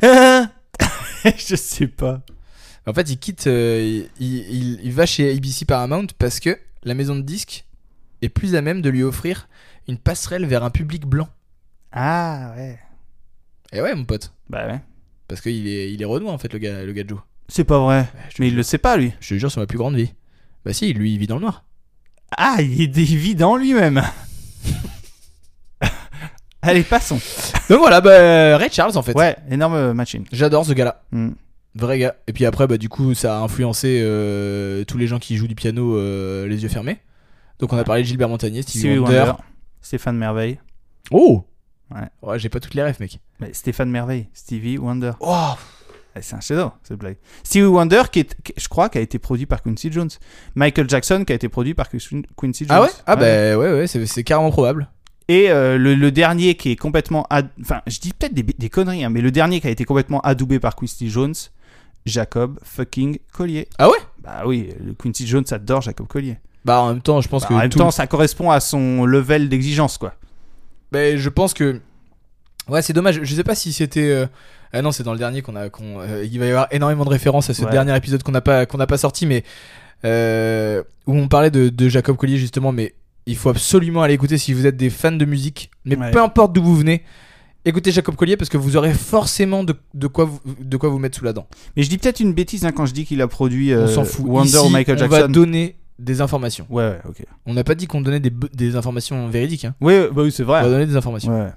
[SPEAKER 5] je sais pas.
[SPEAKER 4] En fait, il quitte, euh, il, il- il va chez ABC Paramount parce que la maison de disques est plus à même de lui offrir une passerelle vers un public blanc.
[SPEAKER 5] Ah ouais.
[SPEAKER 4] Et ouais, mon pote,
[SPEAKER 5] Bah ouais.
[SPEAKER 4] parce qu'il est, il est renois en fait, le gars, le gars de Joe.
[SPEAKER 5] C'est pas vrai. Mais il le sait pas, lui.
[SPEAKER 4] Je te jure, sur ma plus grande vie. Bah si, lui, il vit dans le noir. [laughs]
[SPEAKER 5] Ah, il est évident lui-même. [laughs] Allez, passons.
[SPEAKER 4] Donc voilà, bah, Ray Charles en fait.
[SPEAKER 5] Ouais, énorme machine.
[SPEAKER 4] J'adore ce gars-là.
[SPEAKER 5] Mm.
[SPEAKER 4] Vrai gars. Et puis après, bah du coup, ça a influencé euh, tous les gens qui jouent du piano euh, les yeux fermés. Donc on a parlé de Gilbert Montagnier, Stevie
[SPEAKER 5] Stevie
[SPEAKER 4] Wonder.
[SPEAKER 5] Wonder, Stéphane Merveille.
[SPEAKER 4] Oh
[SPEAKER 5] Ouais.
[SPEAKER 4] Ouais, j'ai pas toutes les rêves, mec.
[SPEAKER 5] Mais Stéphane Merveille, Stevie Wonder.
[SPEAKER 4] Oh
[SPEAKER 5] Eh, C'est un chef-d'œuvre, cette blague. Stevie Wonder, qui, est, qui- je crois, qui a été produit par Quincy Jones. Michael Jackson, qui a été produit par Quin- Quincy Jones.
[SPEAKER 4] Ah ouais Ah bah ouais, ouais, c'est, c'est carrément probable.
[SPEAKER 5] Et euh, le, le dernier qui est complètement. ad- Enfin, je dis peut-être des, bi- des conneries, hein, mais le dernier qui a été complètement adoubé par Quincy Jones, Jacob fucking Collier.
[SPEAKER 4] Ah ouais
[SPEAKER 5] Bah oui, le Quincy Jones adore Jacob Collier.
[SPEAKER 4] Bah en même temps, je pense
[SPEAKER 5] Bah,
[SPEAKER 4] que.
[SPEAKER 5] en même
[SPEAKER 4] tout-
[SPEAKER 5] temps, ça correspond à son level d'exigence, quoi.
[SPEAKER 4] Bah, je pense que. Ouais, c'est dommage. Je sais pas si c'était. euh, Ah non, c'est dans le dernier qu'on a. qu'on, euh, Il va y avoir énormément de références à ce
[SPEAKER 5] Ouais.
[SPEAKER 4] dernier épisode qu'on n'a pas, qu'on n'a pas sorti, mais. euh, Où on parlait de, de Jacob Collier justement, mais il faut absolument aller écouter si vous êtes des fans de musique. Mais
[SPEAKER 5] Ouais.
[SPEAKER 4] peu importe d'où vous venez, écoutez Jacob Collier parce que vous aurez forcément de, de, quoi, vous, de quoi vous mettre sous la dent.
[SPEAKER 5] Mais je dis peut-être une bêtise hein, quand je dis qu'il a produit euh,
[SPEAKER 4] on s'en fout.
[SPEAKER 5] Wonder
[SPEAKER 4] Ici,
[SPEAKER 5] ou Michael
[SPEAKER 4] on va
[SPEAKER 5] Jackson.
[SPEAKER 4] donner des informations.
[SPEAKER 5] Ouais, ouais, ok.
[SPEAKER 4] On n'a pas dit qu'on donnait des, b- des informations véridiques. hein.
[SPEAKER 5] Oui, bah oui, c'est vrai.
[SPEAKER 4] On va donner des informations.
[SPEAKER 5] Ouais.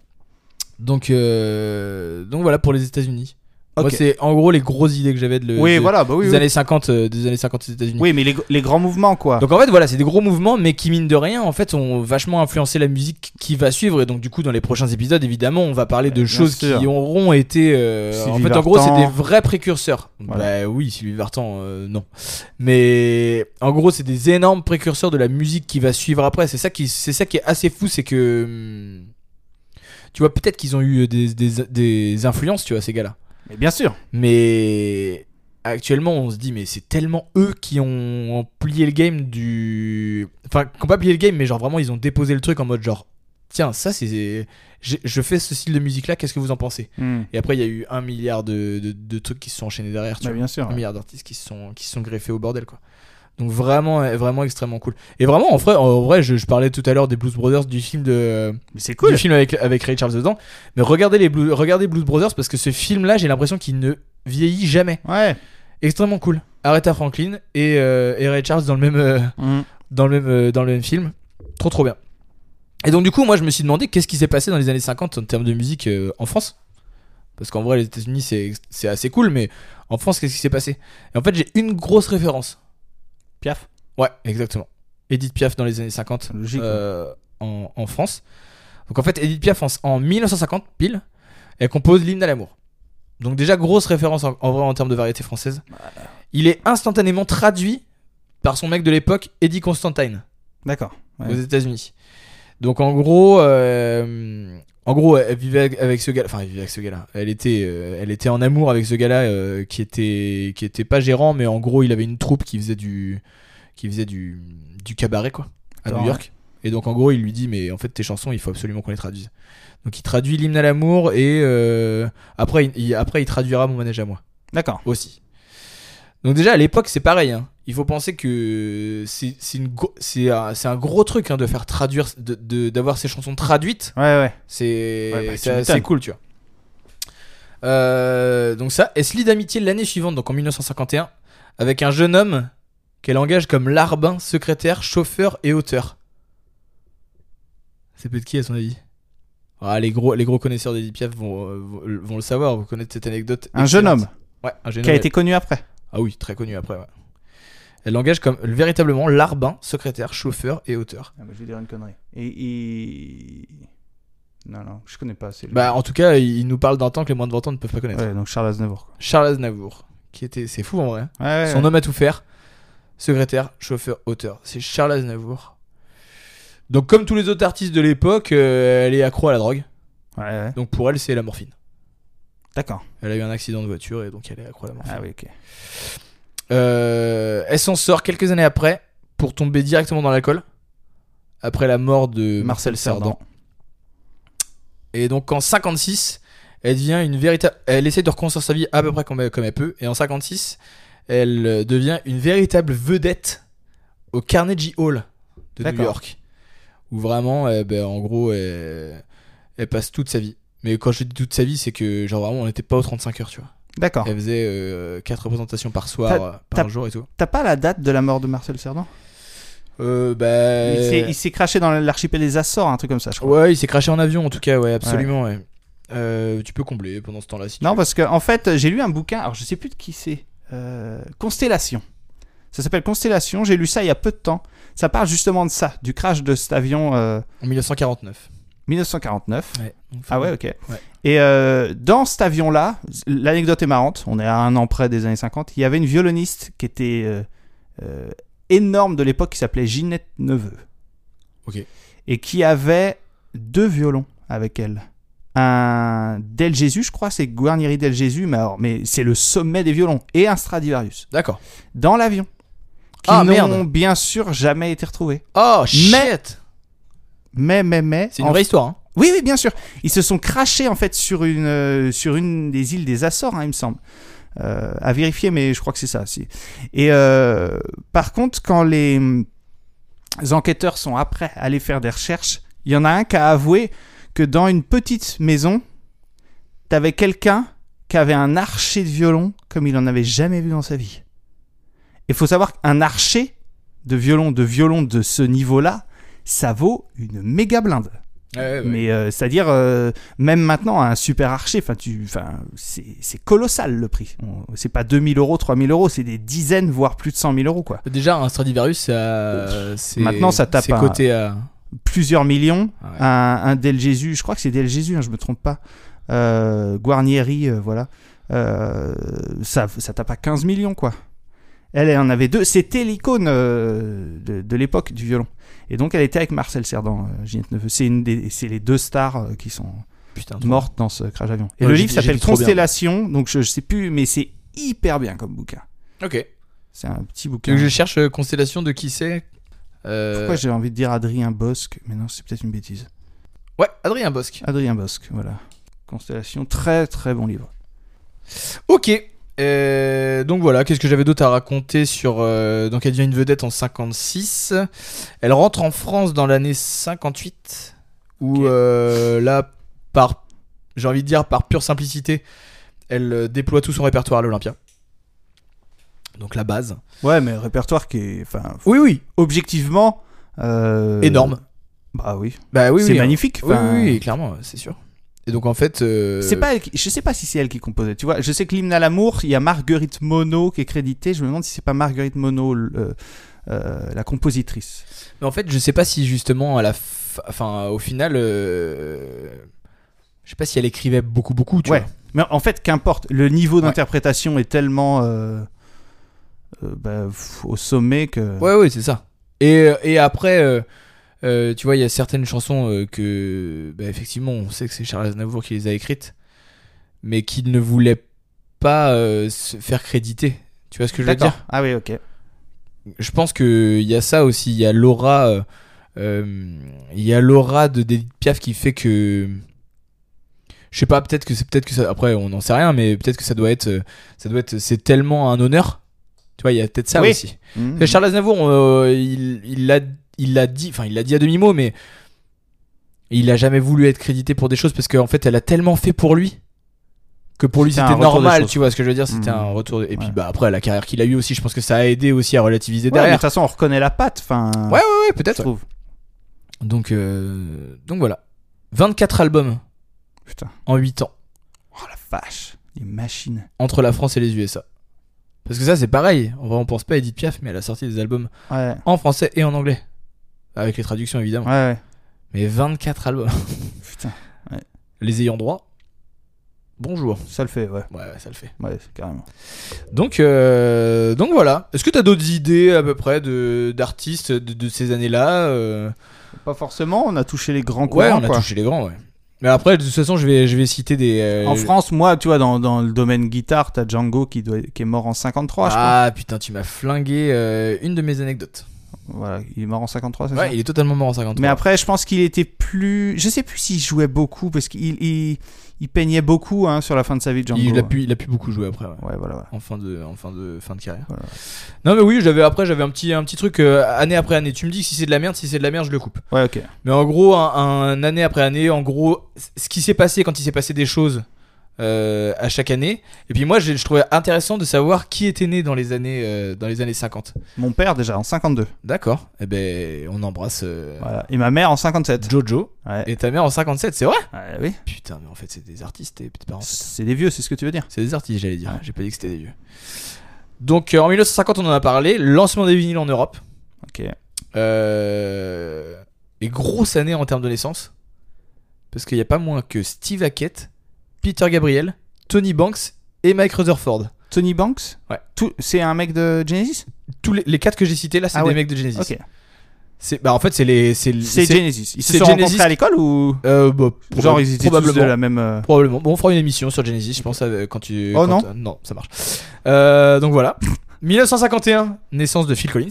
[SPEAKER 4] Donc, euh, donc voilà pour les États-Unis. Moi,
[SPEAKER 5] Ok.
[SPEAKER 4] c'est en gros les grosses idées que j'avais de le-
[SPEAKER 5] oui,
[SPEAKER 4] de-
[SPEAKER 5] voilà, bah oui.
[SPEAKER 4] Euh, des
[SPEAKER 5] Oui,
[SPEAKER 4] années 50, euh, des années 50 des États-Unis.
[SPEAKER 5] Oui, mais les, les grands mouvements, quoi.
[SPEAKER 4] Donc en fait, voilà, c'est des gros mouvements, mais qui mine de rien, en fait, ont vachement influencé la musique qui va suivre. Et donc, du coup, dans les prochains épisodes, évidemment, on va parler de
[SPEAKER 5] bien
[SPEAKER 4] choses
[SPEAKER 5] sûr.
[SPEAKER 4] qui auront été. euh,
[SPEAKER 5] Sylvie
[SPEAKER 4] en fait, en gros, c'est
[SPEAKER 5] Vartan.
[SPEAKER 4] des vrais précurseurs.
[SPEAKER 5] Voilà.
[SPEAKER 4] Bah oui, Sylvie Vartan, euh, non. Mais en gros, c'est des énormes précurseurs de la musique qui va suivre après. C'est ça qui, c'est ça qui est assez fou, c'est que. hum, Tu vois, peut-être qu'ils ont eu des, des, des influences, tu vois, ces gars-là.
[SPEAKER 5] Mais bien sûr.
[SPEAKER 4] Mais actuellement, on se dit, mais c'est tellement eux qui ont plié le game du. Enfin, qui ont pas plié le game, mais genre vraiment, ils ont déposé le truc en mode genre, tiens, ça c'est. j'ai- Je fais ce style de musique là, qu'est-ce que vous en pensez
[SPEAKER 5] Hmm.
[SPEAKER 4] Et après, il y a eu un milliard de, de- de trucs qui se sont enchaînés derrière, tu
[SPEAKER 5] Bah,
[SPEAKER 4] vois.
[SPEAKER 5] bien sûr.
[SPEAKER 4] Un
[SPEAKER 5] ouais.
[SPEAKER 4] milliard d'artistes qui se sont, qui se sont greffés au bordel, quoi. Donc vraiment, euh, vraiment extrêmement cool. Et vraiment, en vrai, en vrai je, je parlais tout à l'heure des Blues Brothers, du film de,
[SPEAKER 5] Mais c'est cool.
[SPEAKER 4] du film avec, avec Ray Charles dedans. Mais regardez les Blue, regardez Blues Brothers parce que ce film-là, j'ai l'impression qu'il ne vieillit jamais.
[SPEAKER 5] Ouais.
[SPEAKER 4] Extrêmement cool. Aretha Franklin et, euh, et Ray Charles dans le même, euh,
[SPEAKER 5] Hmm.
[SPEAKER 4] dans le même, euh, dans le même film. Trop trop bien. Et donc du coup, moi, je me suis demandé qu'est-ce qui s'est passé dans les années 50 en termes de musique euh, en France. Parce qu'en vrai, les États-Unis, c'est c'est assez cool, mais en France, qu'est-ce qui s'est passé Et en fait, j'ai une grosse référence.
[SPEAKER 5] Piaf.
[SPEAKER 4] Ouais, exactement. Edith Piaf dans les années 50
[SPEAKER 5] Logique.
[SPEAKER 4] euh, en, en France. Donc en fait, Edith Piaf en, en 1950 pile, elle compose l'hymne à l'amour. Donc déjà grosse référence en, en vrai en termes de variété française. Il est instantanément traduit par son mec de l'époque, Eddie Constantine,
[SPEAKER 5] D'accord. Ouais.
[SPEAKER 4] aux États-Unis. Donc en gros, euh, en gros, elle vivait avec- avec ce gars, enfin elle vivait avec ce gars-là. Elle était, euh, elle était en amour avec ce gars-là euh, qui était, qui était pas gérant, mais en gros, il avait une troupe qui faisait du, qui faisait du, du cabaret quoi, à
[SPEAKER 5] Attends,
[SPEAKER 4] New York. Et donc en gros, il lui dit mais en fait tes chansons, il faut absolument qu'on les traduise. Donc il traduit l'hymne à l'amour et euh, après il, il- après il traduira mon manège à moi
[SPEAKER 5] D'accord.
[SPEAKER 4] aussi. Donc déjà à l'époque c'est pareil. hein. Il faut penser que c'est c'est une gro- c'est un, c'est un gros truc hein, de faire traduire de- de- d'avoir ces chansons traduites.
[SPEAKER 5] Ouais, ouais.
[SPEAKER 4] C'est
[SPEAKER 5] Ouais, bah, tu
[SPEAKER 4] c'est
[SPEAKER 5] m'étonnes.
[SPEAKER 4] assez cool tu vois. Euh, donc ça, et ce lit d'amitié l'année suivante, donc en 1951, avec un jeune homme qu'elle engage comme larbin, secrétaire, chauffeur et auteur. C'est peu de qui à son avis Ah, les, gros, les gros connaisseurs d'Edith Piaf vont, euh, vont, vont le savoir, vont connaître cette anecdote.
[SPEAKER 5] Un jeune homme
[SPEAKER 4] excellente. Ouais, un jeune
[SPEAKER 5] qui a
[SPEAKER 4] homme.
[SPEAKER 5] été connu après.
[SPEAKER 4] Ah oui, très connu après, ouais. Elle l'engage comme véritablement larbin, secrétaire, chauffeur et auteur.
[SPEAKER 5] Ah, bah, je vais dire une connerie. Et, Non, non, je connais pas assez.
[SPEAKER 4] Bah, en tout cas, il il nous parle d'un temps que les moins de 20 ans ne peuvent pas connaître.
[SPEAKER 5] ouais, donc Charles Aznavour. Quoi.
[SPEAKER 4] Charles Aznavour, qui était. C'est fou en vrai. hein.
[SPEAKER 5] Ouais, ouais,
[SPEAKER 4] Son
[SPEAKER 5] ouais.
[SPEAKER 4] homme à tout faire, secrétaire, chauffeur, auteur. C'est Charles Aznavour. Donc, comme tous les autres artistes de l'époque, euh, elle est accro à la drogue.
[SPEAKER 5] Ouais, ouais.
[SPEAKER 4] Donc, pour elle, c'est la morphine.
[SPEAKER 5] D'accord.
[SPEAKER 4] Elle a eu un accident de voiture et donc elle est accro à la morphine.
[SPEAKER 5] Ah oui, ok.
[SPEAKER 4] Euh, elle s'en sort quelques années après pour tomber directement dans l'alcool. Après la mort de
[SPEAKER 5] Marcel Cerdan.
[SPEAKER 4] Et donc en 56, elle devient une véritable. Elle essaie de reconstruire sa vie à peu près comme elle, comme elle peut. Et en 56, elle euh, devient une véritable vedette au Carnegie Hall de New
[SPEAKER 5] D'accord.
[SPEAKER 4] York. Où vraiment, euh, ben, en gros, elle, elle passe toute sa vie. Mais quand je dis toute sa vie, c'est que genre vraiment, on n'était pas aux 35 heures, tu vois.
[SPEAKER 5] D'accord.
[SPEAKER 4] Elle faisait euh, quatre représentations par soir,
[SPEAKER 5] Ah. T'as-
[SPEAKER 4] euh,
[SPEAKER 5] t'as-
[SPEAKER 4] par jour et tout.
[SPEAKER 5] T'as pas la date de la mort de Marcel Cerdan
[SPEAKER 4] Euh, bah.
[SPEAKER 5] Il s'est- Il s'est craché dans l'archipel des Açores, un truc comme ça, je crois.
[SPEAKER 4] Ouais, il s'est craché en avion en tout cas, ouais, absolument, ouais. Euh, tu peux combler pendant ce temps-là si tu
[SPEAKER 5] Non, bah-
[SPEAKER 4] veux.
[SPEAKER 5] parce que en fait, j'ai lu un bouquin, alors je sais plus de qui c'est, euh, Constellation. Ça s'appelle Constellation, j'ai lu ça il y a peu de temps. Ça parle justement de ça, du crash de cet avion euh,
[SPEAKER 4] En 1949.
[SPEAKER 5] 1949.
[SPEAKER 4] Ouais. Donc,
[SPEAKER 5] Ah
[SPEAKER 4] faut-
[SPEAKER 5] ouais, ok. Et euh, dans cet avion-là, l'anecdote est marrante, on est à un an près des années 50, il y avait une violoniste qui était euh, euh, énorme de l'époque qui s'appelait Ginette Neveu.
[SPEAKER 4] Ok.
[SPEAKER 5] Et qui avait deux violons avec elle. Un Del Jésus, je crois, c'est Guarnieri Del Jésus, mais, alors- mais c'est le sommet des violons. Et un Stradivarius.
[SPEAKER 4] D'accord.
[SPEAKER 5] Dans l'avion. Qui
[SPEAKER 4] Ah,
[SPEAKER 5] n'ont
[SPEAKER 4] merde.
[SPEAKER 5] bien sûr jamais été retrouvés.
[SPEAKER 4] Oh shit
[SPEAKER 5] Mais- Mais, mais, mais.
[SPEAKER 4] C'est une
[SPEAKER 5] en
[SPEAKER 4] vraie histoire, hein.
[SPEAKER 5] oui, oui, bien sûr. Ils se sont crachés en fait sur une euh, sur une des îles des Açores, hein, il me semble. Euh, à vérifier, mais je crois que c'est ça. Si. Et euh, par contre, quand les hum, enquêteurs sont après allés faire des recherches, il y en a un qui a avoué que dans une petite maison, t'avais quelqu'un qui avait un archer de violon comme il en avait jamais vu dans sa vie. Il faut savoir qu'un archer de violon, de violon de ce niveau-là, ça vaut une méga blinde. Mais euh, c'est-à-dire, euh, même maintenant, un super archer, enfin, tu, enfin, c'est c'est colossal le prix. On- C'est pas 2000 euros, 3000 euros, c'est des dizaines, voire plus de 100 000 euros, quoi.
[SPEAKER 4] Déjà, un Stradivarius, ça. c'est-
[SPEAKER 5] Maintenant, ça tape
[SPEAKER 4] C'est
[SPEAKER 5] un-
[SPEAKER 4] coté à.
[SPEAKER 5] Plusieurs millions.
[SPEAKER 4] Ah ouais.
[SPEAKER 5] Un, un Del Jésus, je crois que c'est Del Jésus, hein, je me trompe pas. Euh, Guarnieri, euh, voilà. Euh, ça, ça tape à 15 millions, quoi. Elle, elle en avait deux. C'était l'icône euh, de, de l'époque du violon. Et donc, elle était avec Marcel Cerdan, euh, Ginette Neveu. C'est une des- c'est les deux stars euh, qui sont
[SPEAKER 4] Putain, trop-
[SPEAKER 5] morte dans ce crash d'avion. Et
[SPEAKER 4] Ouais,
[SPEAKER 5] le
[SPEAKER 4] j'ai-
[SPEAKER 5] livre
[SPEAKER 4] j'ai
[SPEAKER 5] s'appelle
[SPEAKER 4] dit trop bien.
[SPEAKER 5] Constellation, donc je, je sais plus, mais c'est hyper bien comme bouquin.
[SPEAKER 4] Ok.
[SPEAKER 5] C'est un petit
[SPEAKER 4] Que
[SPEAKER 5] bouquin.
[SPEAKER 4] je cherche euh, Constellation de qui c'est Euh,
[SPEAKER 5] Pourquoi j'ai envie de dire Adrien Bosque Mais non, c'est peut-être une bêtise.
[SPEAKER 4] Ouais, Adrien Bosque.
[SPEAKER 5] Adrien Bosque, voilà. Constellation, très très bon livre.
[SPEAKER 4] Ok. Euh, donc voilà, qu'est-ce que j'avais d'autre à raconter sur... euh, donc elle devient une vedette en 56. Elle rentre en France dans l'année 58. Où
[SPEAKER 5] Ok.
[SPEAKER 4] euh, là, par... J'ai envie de dire par pure simplicité, elle euh, déploie tout son répertoire à l'Olympia. Donc la base.
[SPEAKER 5] Ouais, mais répertoire qui est, enfin,
[SPEAKER 4] Oui, oui.
[SPEAKER 5] objectivement euh,
[SPEAKER 4] Énorme.
[SPEAKER 5] Bah oui,
[SPEAKER 4] Bah oui,
[SPEAKER 5] c'est
[SPEAKER 4] oui.
[SPEAKER 5] magnifique.
[SPEAKER 4] Oui,
[SPEAKER 5] enfin,
[SPEAKER 4] oui, oui, clairement, c'est sûr. Et donc en fait... euh,
[SPEAKER 5] C'est pas elle qui- je sais pas si c'est elle qui composait, tu vois. Je sais que l'hymne à l'amour, il y a Marguerite Monod qui est créditée. Je me demande si c'est pas Marguerite Monod, le- euh, euh, la compositrice.
[SPEAKER 4] Mais en fait, je sais pas si justement à la f- enfin au final euh, je sais pas si elle écrivait beaucoup beaucoup, tu
[SPEAKER 5] Ouais.
[SPEAKER 4] vois.
[SPEAKER 5] Mais en fait, qu'importe, le niveau d'interprétation est tellement euh, euh, bah, pff, au sommet que.
[SPEAKER 4] Ouais ouais, c'est ça. Et, et après euh, euh, tu vois, il y a certaines chansons euh, que bah, effectivement, on sait que c'est Charles Aznavour qui les a écrites mais qu'il ne voulait pas euh, se faire créditer. Tu vois ce que je veux
[SPEAKER 5] D'accord.
[SPEAKER 4] dire
[SPEAKER 5] Ah oui, ok.
[SPEAKER 4] je pense que il y a ça aussi, il y a l'aura, euh, euh, il y a l'aura de David Piaf qui fait que, je sais pas, peut-être que c'est peut-être que ça, après on n'en sait rien, mais peut-être que ça doit être, euh, ça doit être, c'est tellement un honneur, tu vois, il y a peut-être ça
[SPEAKER 5] Oui.
[SPEAKER 4] aussi.
[SPEAKER 5] Mhm.
[SPEAKER 4] Parce que Charles Aznavour, euh, il, il l'a, il l'a dit, enfin il l'a dit à demi mot, mais il a jamais voulu être crédité pour des choses parce qu'en fait elle a tellement fait pour lui que pour lui
[SPEAKER 5] C'était un
[SPEAKER 4] c'était
[SPEAKER 5] retour des
[SPEAKER 4] normal,
[SPEAKER 5] choses.
[SPEAKER 4] tu vois ce que je veux dire, c'était
[SPEAKER 5] Mhm.
[SPEAKER 4] un retour. de- Et puis
[SPEAKER 5] Ouais.
[SPEAKER 4] bah après la carrière qu'il a eue aussi, je pense que ça a aidé aussi à relativiser
[SPEAKER 5] Ouais, mais de
[SPEAKER 4] derrière.
[SPEAKER 5] toute façon, on reconnaît la patte. Enfin,
[SPEAKER 4] Ouais, ouais, ouais,
[SPEAKER 5] je
[SPEAKER 4] peut-être.
[SPEAKER 5] trouve.
[SPEAKER 4] Donc, euh, donc voilà. 24 albums
[SPEAKER 5] Putain.
[SPEAKER 4] en 8 ans
[SPEAKER 5] Oh la vache, les machines.
[SPEAKER 4] entre la France et les USA. Parce que ça, c'est pareil. On, va- on pense pas à Edith Piaf, mais elle a sorti des albums
[SPEAKER 5] Ouais.
[SPEAKER 4] en français et en anglais. Avec les traductions, évidemment.
[SPEAKER 5] Ouais, ouais.
[SPEAKER 4] Mais 24 albums.
[SPEAKER 5] Putain,
[SPEAKER 4] Les ayant droit. Bonjour.
[SPEAKER 5] ça le fait, ouais.
[SPEAKER 4] Ouais, ouais, ça le fait.
[SPEAKER 5] Ouais, c'est carrément.
[SPEAKER 4] Donc, euh, donc voilà. Est-ce que t'as d'autres idées à peu près de d'artistes de, de ces années-là euh,
[SPEAKER 5] Pas forcément, on a touché les grands courants.
[SPEAKER 4] Ouais, on a
[SPEAKER 5] quoi.
[SPEAKER 4] touché les grands, ouais. Mais après, de toute façon, je vais, je vais citer des. euh,
[SPEAKER 5] En France, moi, tu vois, dans, dans le domaine guitare, t'as Django qui, doit- qui est mort en 53, je crois.
[SPEAKER 4] Ah putain, tu m'as flingué euh, une de mes anecdotes.
[SPEAKER 5] Voilà, il est mort en 53, c'est ça
[SPEAKER 4] Ouais, il est totalement mort en 53.
[SPEAKER 5] Mais après, je pense qu'il était plus. Je sais plus s'il jouait beaucoup, parce qu'il il, il peignait beaucoup hein, sur la fin de sa vie, Django.
[SPEAKER 4] il a pu, il a pu beaucoup jouer après. ouais.
[SPEAKER 5] Ouais, voilà, voilà.
[SPEAKER 4] En fin de, en fin de, fin de carrière.
[SPEAKER 5] Voilà.
[SPEAKER 4] Non mais oui, j'avais après, j'avais un petit, un petit truc euh, année après année. Tu me dis que si c'est de la merde, si c'est de la merde, je le coupe.
[SPEAKER 5] Ouais, ok.
[SPEAKER 4] Mais en gros, un, un année après année, en gros, c- ce qui s'est passé quand il s'est passé des choses euh, à chaque année. Et puis moi, j'ai- je trouvais intéressant de savoir qui était né dans les années, euh, dans les années 50.
[SPEAKER 5] Mon père, déjà, en 52.
[SPEAKER 4] D'accord. Eh ben, on embrasse euh,
[SPEAKER 5] Voilà. Et ma mère, en 57.
[SPEAKER 4] Jojo
[SPEAKER 5] Ouais.
[SPEAKER 4] et ta mère en 57. C'est vrai.
[SPEAKER 5] Ouais, oui.
[SPEAKER 4] Putain, mais en fait, c'est des artistes, tes tes parents.
[SPEAKER 5] C'est des vieux, c'est ce que tu veux dire.
[SPEAKER 4] C'est des artistes, j'allais dire.
[SPEAKER 5] Ouais.
[SPEAKER 4] J'ai pas dit que c'était des vieux. Donc euh, en 1950, on en a parlé. Lancement des vinyles en Europe.
[SPEAKER 5] Ok.
[SPEAKER 4] Euh... Et grosse année en termes de naissance. Parce qu'il n'y a pas moins que Steve Hackett, Peter Gabriel, Tony Banks et Mike Rutherford.
[SPEAKER 5] Tony Banks
[SPEAKER 4] Ouais.
[SPEAKER 5] Tout- C'est un mec de Genesis
[SPEAKER 4] Tous les, les quatre que j'ai cités là, c'est
[SPEAKER 5] Ah
[SPEAKER 4] des
[SPEAKER 5] ouais.
[SPEAKER 4] mecs de Genesis.
[SPEAKER 5] Ok.
[SPEAKER 4] C'est, bah, en fait, c'est les. C'est,
[SPEAKER 5] C'est
[SPEAKER 4] c'est-
[SPEAKER 5] Genesis. Ils se
[SPEAKER 4] c'est
[SPEAKER 5] sont
[SPEAKER 4] Genesis
[SPEAKER 5] rencontrés à l'école ou.
[SPEAKER 4] euh, bah, proba-
[SPEAKER 5] Genre, ils étaient tous de
[SPEAKER 4] probablement.
[SPEAKER 5] la même. euh,
[SPEAKER 4] Probablement. Bon, on fera une émission sur Genesis, je pense, euh, quand tu.
[SPEAKER 5] Oh non.
[SPEAKER 4] quand- euh, non, ça marche. Euh,
[SPEAKER 5] [laughs]
[SPEAKER 4] donc voilà. 1951, naissance de Phil Collins.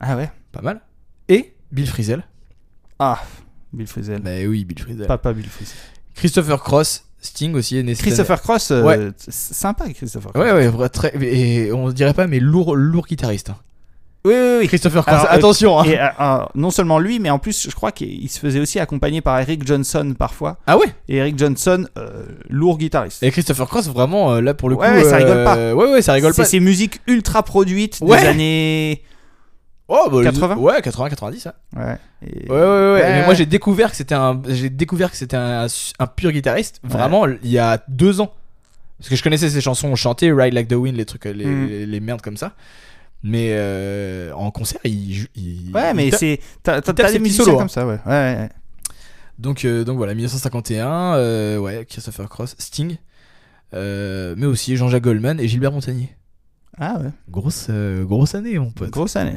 [SPEAKER 5] Ah ouais
[SPEAKER 4] Pas mal. Et Bill Frisell.
[SPEAKER 5] Ah, Bill Frisell.
[SPEAKER 4] Bah oui, Bill Frisell.
[SPEAKER 5] Papa Bill Frisell.
[SPEAKER 4] Christopher Cross, Sting aussi est né cette
[SPEAKER 5] Christopher Cross, euh,
[SPEAKER 4] Ouais.
[SPEAKER 5] c'est sympa Christopher Cross.
[SPEAKER 4] année. Ouais, ouais, vra- très. Et on dirait pas, mais lourd, lourd guitariste. hein.
[SPEAKER 5] Oui, oui, oui.
[SPEAKER 4] Christopher Cross,
[SPEAKER 5] Alors, euh,
[SPEAKER 4] attention. hein.
[SPEAKER 5] Et euh, euh, non seulement lui, mais en plus, je crois qu'il se faisait aussi accompagner par Eric Johnson parfois.
[SPEAKER 4] Ah ouais
[SPEAKER 5] Et Eric Johnson, euh, lourd guitariste.
[SPEAKER 4] Et Christopher Cross, vraiment, euh, là pour le
[SPEAKER 5] Ouais,
[SPEAKER 4] coup.
[SPEAKER 5] ouais, ça
[SPEAKER 4] euh,
[SPEAKER 5] rigole pas.
[SPEAKER 4] Ouais, ouais, ça rigole
[SPEAKER 5] C'est
[SPEAKER 4] pas.
[SPEAKER 5] ses musiques ultra produites
[SPEAKER 4] Ouais.
[SPEAKER 5] des années.
[SPEAKER 4] Oh, bah,
[SPEAKER 5] 80?
[SPEAKER 4] Ouais, 80, 90. hein.
[SPEAKER 5] Ouais. Et-
[SPEAKER 4] Ouais, ouais, ouais.
[SPEAKER 5] Ouais,
[SPEAKER 4] Mais
[SPEAKER 5] ouais.
[SPEAKER 4] moi, j'ai découvert que c'était un, j'ai découvert que c'était un, un pur guitariste. Vraiment, il y a deux ans. Parce que je connaissais ses chansons chantées, Ride Like the Wind, les trucs, les,
[SPEAKER 5] Mm.
[SPEAKER 4] les, les merdes comme ça. Mais euh, en concert, il, ju- il-
[SPEAKER 5] Ouais,
[SPEAKER 4] il
[SPEAKER 5] mais
[SPEAKER 4] tape.
[SPEAKER 5] c'est. T'as t'as-
[SPEAKER 4] il tape
[SPEAKER 5] t'as
[SPEAKER 4] ses
[SPEAKER 5] des
[SPEAKER 4] petits
[SPEAKER 5] musiciens
[SPEAKER 4] solos, hein.
[SPEAKER 5] comme ça, ouais. Ouais, ouais, ouais.
[SPEAKER 4] Donc, euh, donc voilà, 1951, euh, ouais, Christopher Cross, Sting, euh, mais aussi Jean-Jacques Goldman et Gilbert Montagnier.
[SPEAKER 5] Ah ouais.
[SPEAKER 4] Grosse, euh, grosse année, mon pote.
[SPEAKER 5] Grosse année.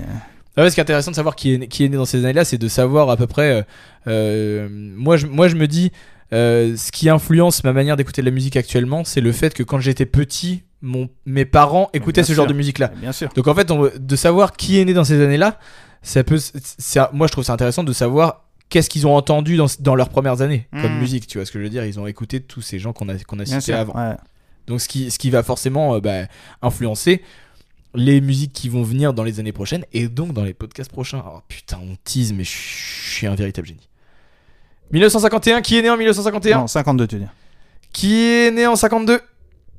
[SPEAKER 4] Ah ouais, ce qui est intéressant de savoir qui est, né- qui est né dans ces années-là, c'est de savoir à peu près. euh, euh, moi, je, moi, je me dis, euh, ce qui influence ma manière d'écouter de la musique actuellement, c'est le fait que quand j'étais petit, mon, mes parents écoutaient
[SPEAKER 5] bien
[SPEAKER 4] ce genre
[SPEAKER 5] sûr.
[SPEAKER 4] de musique-là.
[SPEAKER 5] Bien sûr.
[SPEAKER 4] Donc en fait, on- de savoir qui est né dans ces années-là, ça peut, ça- moi je trouve ça intéressant de savoir qu'est-ce qu'ils ont entendu dans, dans leurs premières années comme
[SPEAKER 5] Mm.
[SPEAKER 4] musique. Tu vois ce que je veux dire Ils ont écouté tous ces gens qu'on a, qu'on a
[SPEAKER 5] Bien
[SPEAKER 4] cités
[SPEAKER 5] sûr.
[SPEAKER 4] avant.
[SPEAKER 5] ouais.
[SPEAKER 4] Donc ce qui, ce qui va forcément euh, bah, influencer les musiques qui vont venir dans les années prochaines et donc dans les podcasts prochains. Oh putain, on tease, mais je suis un véritable génie. 1951, qui est né en 1951
[SPEAKER 5] Non, 52, tu dis.
[SPEAKER 4] Qui est né en 52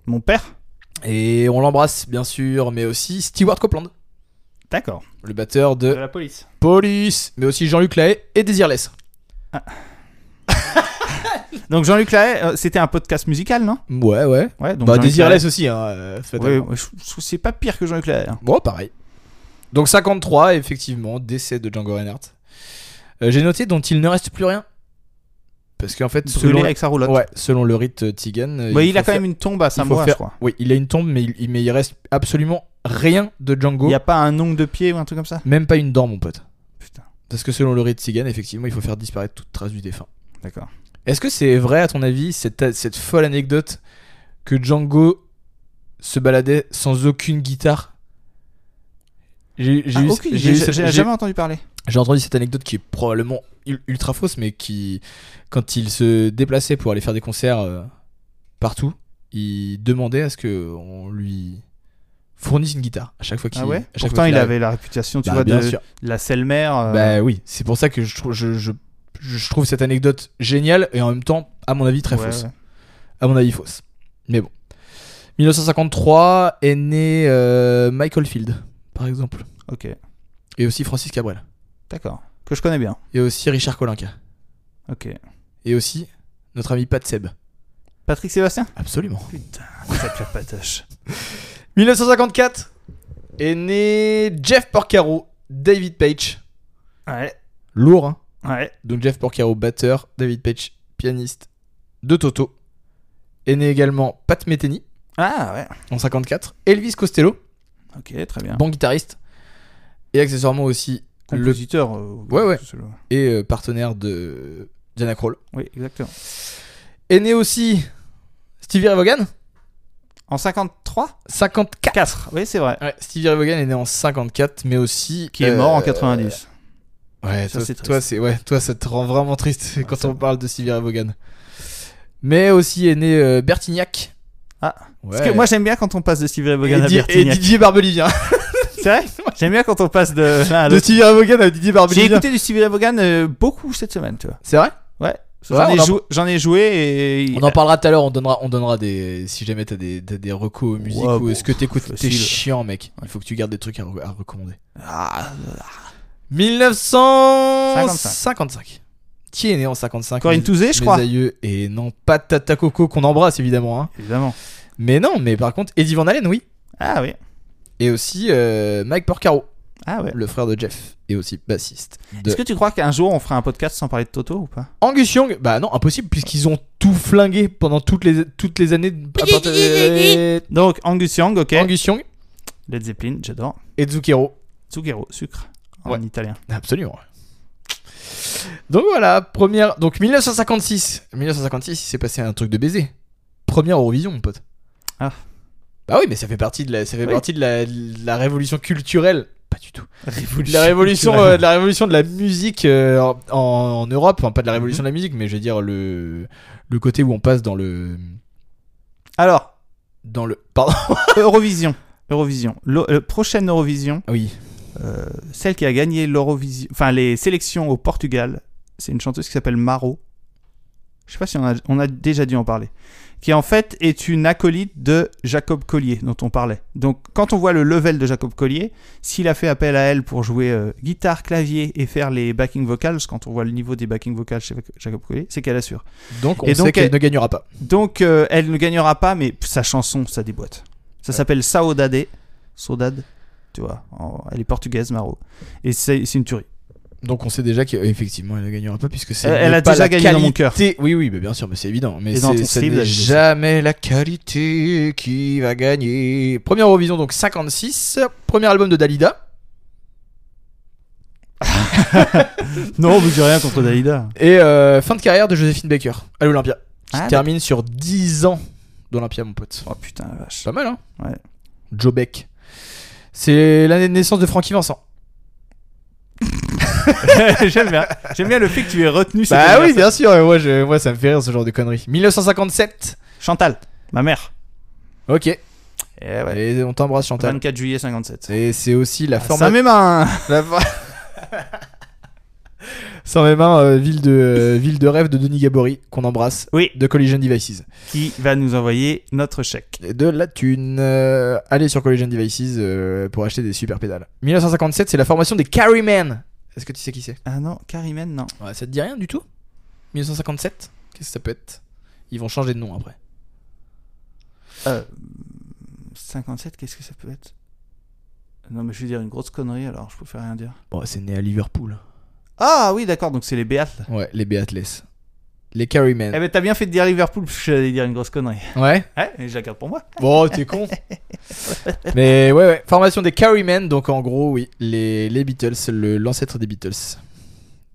[SPEAKER 5] Mon père
[SPEAKER 4] Et on l'embrasse bien sûr, mais aussi Stewart Copeland,
[SPEAKER 5] D'accord.
[SPEAKER 4] le batteur de
[SPEAKER 5] la police.
[SPEAKER 4] Police, mais aussi Jean-Luc Lahaye et Désirless.
[SPEAKER 5] Donc Jean-Luc Lahaye, euh, c'était un podcast musical, non
[SPEAKER 4] Ouais, ouais.
[SPEAKER 5] Ouais, donc
[SPEAKER 4] bah,
[SPEAKER 5] Jean-Luc
[SPEAKER 4] Désirless aussi, hein. euh,
[SPEAKER 5] Lahaye-
[SPEAKER 4] fatalement.
[SPEAKER 5] Ouais, ouais, je je trouve que c'est pas pire que Jean-Luc Lahaye. hein.
[SPEAKER 4] Bon, pareil. Donc 53, effectivement, décès de Django Reinhardt. Euh, J'ai noté dont il ne reste plus rien. Parce qu'en fait,
[SPEAKER 5] Brûlé
[SPEAKER 4] selon,
[SPEAKER 5] avec sa roulotte.
[SPEAKER 4] ouais, selon le rite Tigan. euh,
[SPEAKER 5] Bah, il,
[SPEAKER 4] faut
[SPEAKER 5] a quand
[SPEAKER 4] faire-
[SPEAKER 5] même une tombe à
[SPEAKER 4] il faut
[SPEAKER 5] Samoa,
[SPEAKER 4] faire-
[SPEAKER 5] je crois.
[SPEAKER 4] Oui, il a une tombe, mais il, il- mais il reste absolument rien de
[SPEAKER 5] Il
[SPEAKER 4] Django.
[SPEAKER 5] n'y a pas un ongle de pied ou un truc comme ça
[SPEAKER 4] Même pas une dent, mon pote.
[SPEAKER 5] Putain,
[SPEAKER 4] Parce que selon le rite Tigan, effectivement, il faut faire disparaître toute trace du défunt.
[SPEAKER 5] d'accord.
[SPEAKER 4] Est-ce que c'est vrai, à ton avis, cette, cette folle anecdote que Django se baladait sans aucune guitare J'ai j'ai
[SPEAKER 5] Ah,
[SPEAKER 4] eu-
[SPEAKER 5] ok,
[SPEAKER 4] j'ai
[SPEAKER 5] j'ai
[SPEAKER 4] eu cette-
[SPEAKER 5] j'ai
[SPEAKER 4] j'ai-
[SPEAKER 5] jamais entendu parler.
[SPEAKER 4] j'ai entendu cette anecdote qui est probablement ul- ultra fausse, mais qui, quand il se déplaçait pour aller faire des concerts euh, partout, il demandait à ce qu'on lui fournisse une guitare à chaque fois qu'il
[SPEAKER 5] Ah ouais
[SPEAKER 4] à chaque
[SPEAKER 5] Pourtant,
[SPEAKER 4] fois
[SPEAKER 5] il
[SPEAKER 4] qu'il
[SPEAKER 5] avait la réputation, tu
[SPEAKER 4] Bah,
[SPEAKER 5] vois,
[SPEAKER 4] bien
[SPEAKER 5] de
[SPEAKER 4] sûr.
[SPEAKER 5] la selle-mère. euh,
[SPEAKER 4] Bah oui, c'est pour ça que je, trouve- je, je, je trouve cette anecdote géniale et en même temps, à mon avis, très
[SPEAKER 5] ouais,
[SPEAKER 4] fausse
[SPEAKER 5] ouais.
[SPEAKER 4] à mon avis fausse. Mais bon. 1953 est né euh, Michael Field, par exemple.
[SPEAKER 5] Ok,
[SPEAKER 4] Et aussi Francis Cabrel.
[SPEAKER 5] d'accord. Que je connais bien.
[SPEAKER 4] Et aussi Richard Colinka.
[SPEAKER 5] Ok.
[SPEAKER 4] Et aussi notre ami Pat Seb.
[SPEAKER 5] Patrick Sébastien
[SPEAKER 4] Absolument.
[SPEAKER 5] Putain, ça la patoche.
[SPEAKER 4] 1954 est né Jeff Porcaro, David Page.
[SPEAKER 5] Ouais,
[SPEAKER 4] Lourd, hein
[SPEAKER 5] ouais.
[SPEAKER 4] Donc Jeff Porcaro, batteur. David Page, pianiste de Toto. Est né également Pat Metheny
[SPEAKER 5] Ah ouais,
[SPEAKER 4] en 54. Elvis Costello,
[SPEAKER 5] ok, très bien.
[SPEAKER 4] bon guitariste. Et accessoirement aussi le
[SPEAKER 5] Compositeur. euh,
[SPEAKER 4] Ouais, ouais.
[SPEAKER 5] tout seul,
[SPEAKER 4] et euh, partenaire de Diana Krall.
[SPEAKER 5] Oui, exactement.
[SPEAKER 4] Est né aussi Stevie Ray Vaughan,
[SPEAKER 5] En 53
[SPEAKER 4] 54.
[SPEAKER 5] 4, oui, c'est vrai.
[SPEAKER 4] Ouais, Stevie Ray Vaughan est né en 54, mais aussi
[SPEAKER 5] Qui est mort en
[SPEAKER 4] euh,
[SPEAKER 5] 90.
[SPEAKER 4] Ouais,
[SPEAKER 5] Ça,
[SPEAKER 4] toi,
[SPEAKER 5] c'est
[SPEAKER 4] toi,
[SPEAKER 5] triste.
[SPEAKER 4] c'est ouais, toi ça te rend vraiment triste quand
[SPEAKER 5] ça
[SPEAKER 4] on
[SPEAKER 5] va.
[SPEAKER 4] parle de Stevie Ray Vaughan. Mais aussi est né euh, Bertignac.
[SPEAKER 5] Ah.
[SPEAKER 4] ouais.
[SPEAKER 5] Parce que moi, j'aime bien quand on passe de Stevie Ray
[SPEAKER 4] et,
[SPEAKER 5] Vaughan à
[SPEAKER 4] Di- et
[SPEAKER 5] Bertignac.
[SPEAKER 4] Didier Barbelivien.
[SPEAKER 5] C'est vrai [laughs] J'aime bien quand on passe de l'un à
[SPEAKER 4] de
[SPEAKER 5] l'autre.
[SPEAKER 4] Stevie Ray Vaughan à Didier
[SPEAKER 5] Ah, J'ai
[SPEAKER 4] Barbelivien.
[SPEAKER 5] écouté du Stevie Ray Vaughan euh, beaucoup cette semaine, tu vois.
[SPEAKER 4] C'est vrai
[SPEAKER 5] Ouais.
[SPEAKER 4] Ouais,
[SPEAKER 5] J'en ai,
[SPEAKER 4] on en-
[SPEAKER 5] jou- j'en ai joué et.
[SPEAKER 4] On en parlera tout à l'heure, on donnera, on donnera des. Si jamais t'as des, des, des recos musique
[SPEAKER 5] Ouais,
[SPEAKER 4] ou
[SPEAKER 5] bon,
[SPEAKER 4] est-ce que t'écoutes,
[SPEAKER 5] facile.
[SPEAKER 4] t'es chiant mec. Il faut que tu gardes des trucs à, re- à recommander.
[SPEAKER 5] Ah,
[SPEAKER 4] 1955. Qui est né en 55
[SPEAKER 5] Corinne
[SPEAKER 4] Mes-
[SPEAKER 5] Touzé, je
[SPEAKER 4] mes
[SPEAKER 5] crois.
[SPEAKER 4] aïeux. et non pas Tata Coco qu'on embrasse évidemment. hein.
[SPEAKER 5] Évidemment.
[SPEAKER 4] Mais non, mais par contre, Eddie Van Halen, oui.
[SPEAKER 5] Ah oui.
[SPEAKER 4] Et aussi euh, Mike Porcaro,
[SPEAKER 5] Ah ouais.
[SPEAKER 4] le frère de Jeff, et aussi bassiste. de-
[SPEAKER 5] Est-ce que tu crois qu'un jour on fera un podcast sans parler de Toto ou pas
[SPEAKER 4] Angus Young, bah non, impossible, puisqu'ils ont tout flingué pendant toutes les, toutes les années. à partir de-
[SPEAKER 5] Donc Angus Young, ok.
[SPEAKER 4] Angus Young
[SPEAKER 5] Led Zeppelin, j'adore.
[SPEAKER 4] et Zucchero.
[SPEAKER 5] Zucchero, sucre. En
[SPEAKER 4] Ouais.
[SPEAKER 5] italien.
[SPEAKER 4] Absolument. Donc voilà, première. Donc 1956. 1956, il s'est passé un truc de baiser. Première Eurovision, mon pote.
[SPEAKER 5] Ah.
[SPEAKER 4] Bah oui, mais ça fait partie de la, ça fait
[SPEAKER 5] Oui.
[SPEAKER 4] partie de la, de la révolution culturelle. Pas du tout. De
[SPEAKER 5] Révolution.
[SPEAKER 4] la révolution,
[SPEAKER 5] culturelle.
[SPEAKER 4] euh, de la révolution de la musique euh, en, en Europe. Enfin, pas de la révolution de la musique, mais je veux dire le, le côté où on passe dans le.
[SPEAKER 5] Alors,
[SPEAKER 4] Dans le. Pardon.
[SPEAKER 5] Eurovision. Eurovision. L'O- euh, prochaine Eurovision,
[SPEAKER 4] Oui.
[SPEAKER 5] euh, celle qui a gagné l'Eurovision, enfin les sélections au Portugal, c'est une chanteuse qui s'appelle Maro. Je sais pas si on a, on a déjà dû en parler. Qui en fait est une acolyte de Jacob Collier, dont on parlait. Donc quand on voit le level de Jacob Collier, s'il a fait appel à elle pour jouer euh, guitare, clavier et faire les backing vocals, quand on voit le niveau des backing vocals chez Jacob Collier, c'est qu'elle assure.
[SPEAKER 4] Donc on
[SPEAKER 5] Et
[SPEAKER 4] sait
[SPEAKER 5] donc,
[SPEAKER 4] qu'elle
[SPEAKER 5] elle-
[SPEAKER 4] ne gagnera pas.
[SPEAKER 5] Donc euh, elle ne gagnera pas, mais sa chanson, ça déboîte. Ça s'appelle Saudade. Saudade, tu vois. en- Elle est portugaise, Maro. Et c'est c'est une tuerie.
[SPEAKER 4] Donc on sait déjà qu'effectivement elle ne gagnera pas puisque c'est
[SPEAKER 5] Elle- elle
[SPEAKER 4] n'est
[SPEAKER 5] a
[SPEAKER 4] pas
[SPEAKER 5] déjà
[SPEAKER 4] la
[SPEAKER 5] gagné dans mon cœur.
[SPEAKER 4] qualité- Oui oui, mais bien sûr, mais c'est évident. Mais
[SPEAKER 5] Et dans
[SPEAKER 4] c'est-
[SPEAKER 5] ton
[SPEAKER 4] ce
[SPEAKER 5] slip,
[SPEAKER 4] n'est
[SPEAKER 5] elle dit ça.
[SPEAKER 4] jamais la qualité qui va gagner. Première Eurovision donc 56, premier album de Dalida
[SPEAKER 5] Non, vous dites rien contre Dalida.
[SPEAKER 4] et euh, fin de carrière de Joséphine Baker à l'Olympia. Qui
[SPEAKER 5] Ah,
[SPEAKER 4] termine sur 10 ans d'Olympia, mon pote.
[SPEAKER 5] Oh putain, la vache.
[SPEAKER 4] C'est pas mal, hein
[SPEAKER 5] Ouais.
[SPEAKER 4] Joe Beck. C'est l'année de naissance de Francky Vincent.
[SPEAKER 5] [laughs] J'aime bien. J'aime bien le fait que tu aies retenu cet
[SPEAKER 4] Bah oui,
[SPEAKER 5] anniversaire.
[SPEAKER 4] bien sûr. Moi, je, moi, ça me fait rire ce genre de conneries. 1957.
[SPEAKER 5] Chantal, ma mère.
[SPEAKER 4] Ok.
[SPEAKER 5] Eh ouais.
[SPEAKER 4] Et on t'embrasse, Chantal.
[SPEAKER 5] 24 juillet 57.
[SPEAKER 4] Et c'est aussi la
[SPEAKER 5] Ça
[SPEAKER 4] formation.
[SPEAKER 5] même un.
[SPEAKER 4] La for- [laughs] Sans mes mains, euh, ville, de, euh, ville de rêve de Denis Gabory, qu'on embrasse,
[SPEAKER 5] Oui,
[SPEAKER 4] de Collision Devices.
[SPEAKER 5] qui va nous envoyer notre chèque.
[SPEAKER 4] Et de la thune. Euh, allez sur Collision Devices euh, pour acheter des super pédales. 1957, c'est la formation des Carrymen. Est-ce que tu sais qui c'est
[SPEAKER 5] Ah non, Carimène, non.
[SPEAKER 4] ouais, Ça te dit rien du tout 1957 Qu'est-ce que ça peut être Ils vont changer de nom après.
[SPEAKER 5] Euh, 57, qu'est-ce que ça peut être Non, mais je vais dire une grosse connerie alors, je préfère rien dire.
[SPEAKER 4] Bon, c'est né à Liverpool.
[SPEAKER 5] Ah oui, d'accord, donc c'est les Beatles.
[SPEAKER 4] Ouais, les Beatles. Les Carrymen.
[SPEAKER 5] Eh ben, t'as bien fait de dire Liverpool, parce que j'allais dire une grosse connerie.
[SPEAKER 4] Ouais
[SPEAKER 5] Ouais, mais je la garde pour moi.
[SPEAKER 4] Bon, t'es con. Mais ouais, ouais. Formation des Carrymen, donc en gros, oui, les, les Beatles, le- l'ancêtre des Beatles.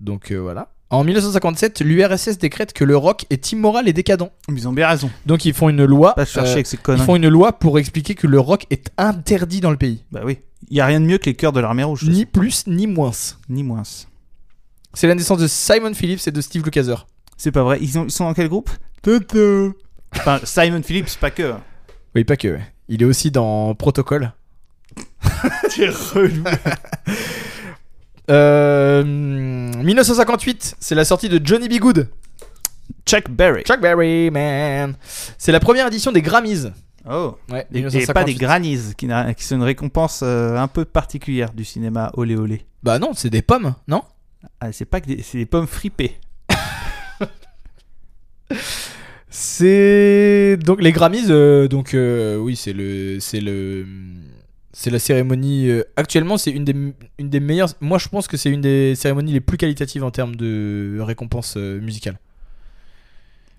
[SPEAKER 4] Donc euh, voilà. En 1957, l'URSS décrète que le rock est immoral et décadent.
[SPEAKER 5] Mais Ils ont bien raison.
[SPEAKER 4] Donc ils font une loi.
[SPEAKER 5] Pas se chercher
[SPEAKER 4] euh,
[SPEAKER 5] avec ces
[SPEAKER 4] ils
[SPEAKER 5] conneries.
[SPEAKER 4] font une loi pour expliquer que le rock est interdit dans le pays.
[SPEAKER 5] Bah oui. Il y a rien de mieux que les cœurs de l'armée rouge. de
[SPEAKER 4] Ni plus, ni moins.
[SPEAKER 5] toute façon. Ni moins.
[SPEAKER 4] C'est la naissance de Simon Phillips et de Steve Lukather.
[SPEAKER 5] C'est pas vrai. Ils, ont- ils sont dans quel groupe Enfin, Simon Phillips, pas que. hein.
[SPEAKER 4] Oui, pas que. ouais. Il est aussi dans Protocole.
[SPEAKER 5] [laughs] T'es relou.
[SPEAKER 4] Euh, 1958, c'est la sortie de Johnny B. Good.
[SPEAKER 5] Chuck Berry.
[SPEAKER 4] Chuck Berry, man. C'est la première édition des Grammys.
[SPEAKER 5] Oh.
[SPEAKER 4] Ouais,
[SPEAKER 5] Et, et pas des Grammys, qui, n'a- qui sont une récompense euh, un peu particulière du cinéma olé olé.
[SPEAKER 4] Bah non, c'est des pommes, non
[SPEAKER 5] Ah, c'est pas que des, c'est des pommes fripées.
[SPEAKER 4] C'est donc les Grammys. euh, donc euh, oui, c'est le, c'est le, c'est la cérémonie. euh, actuellement, c'est une des, une des meilleures. Moi, je pense que c'est une des cérémonies les plus qualitatives en termes de récompenses euh, musicales.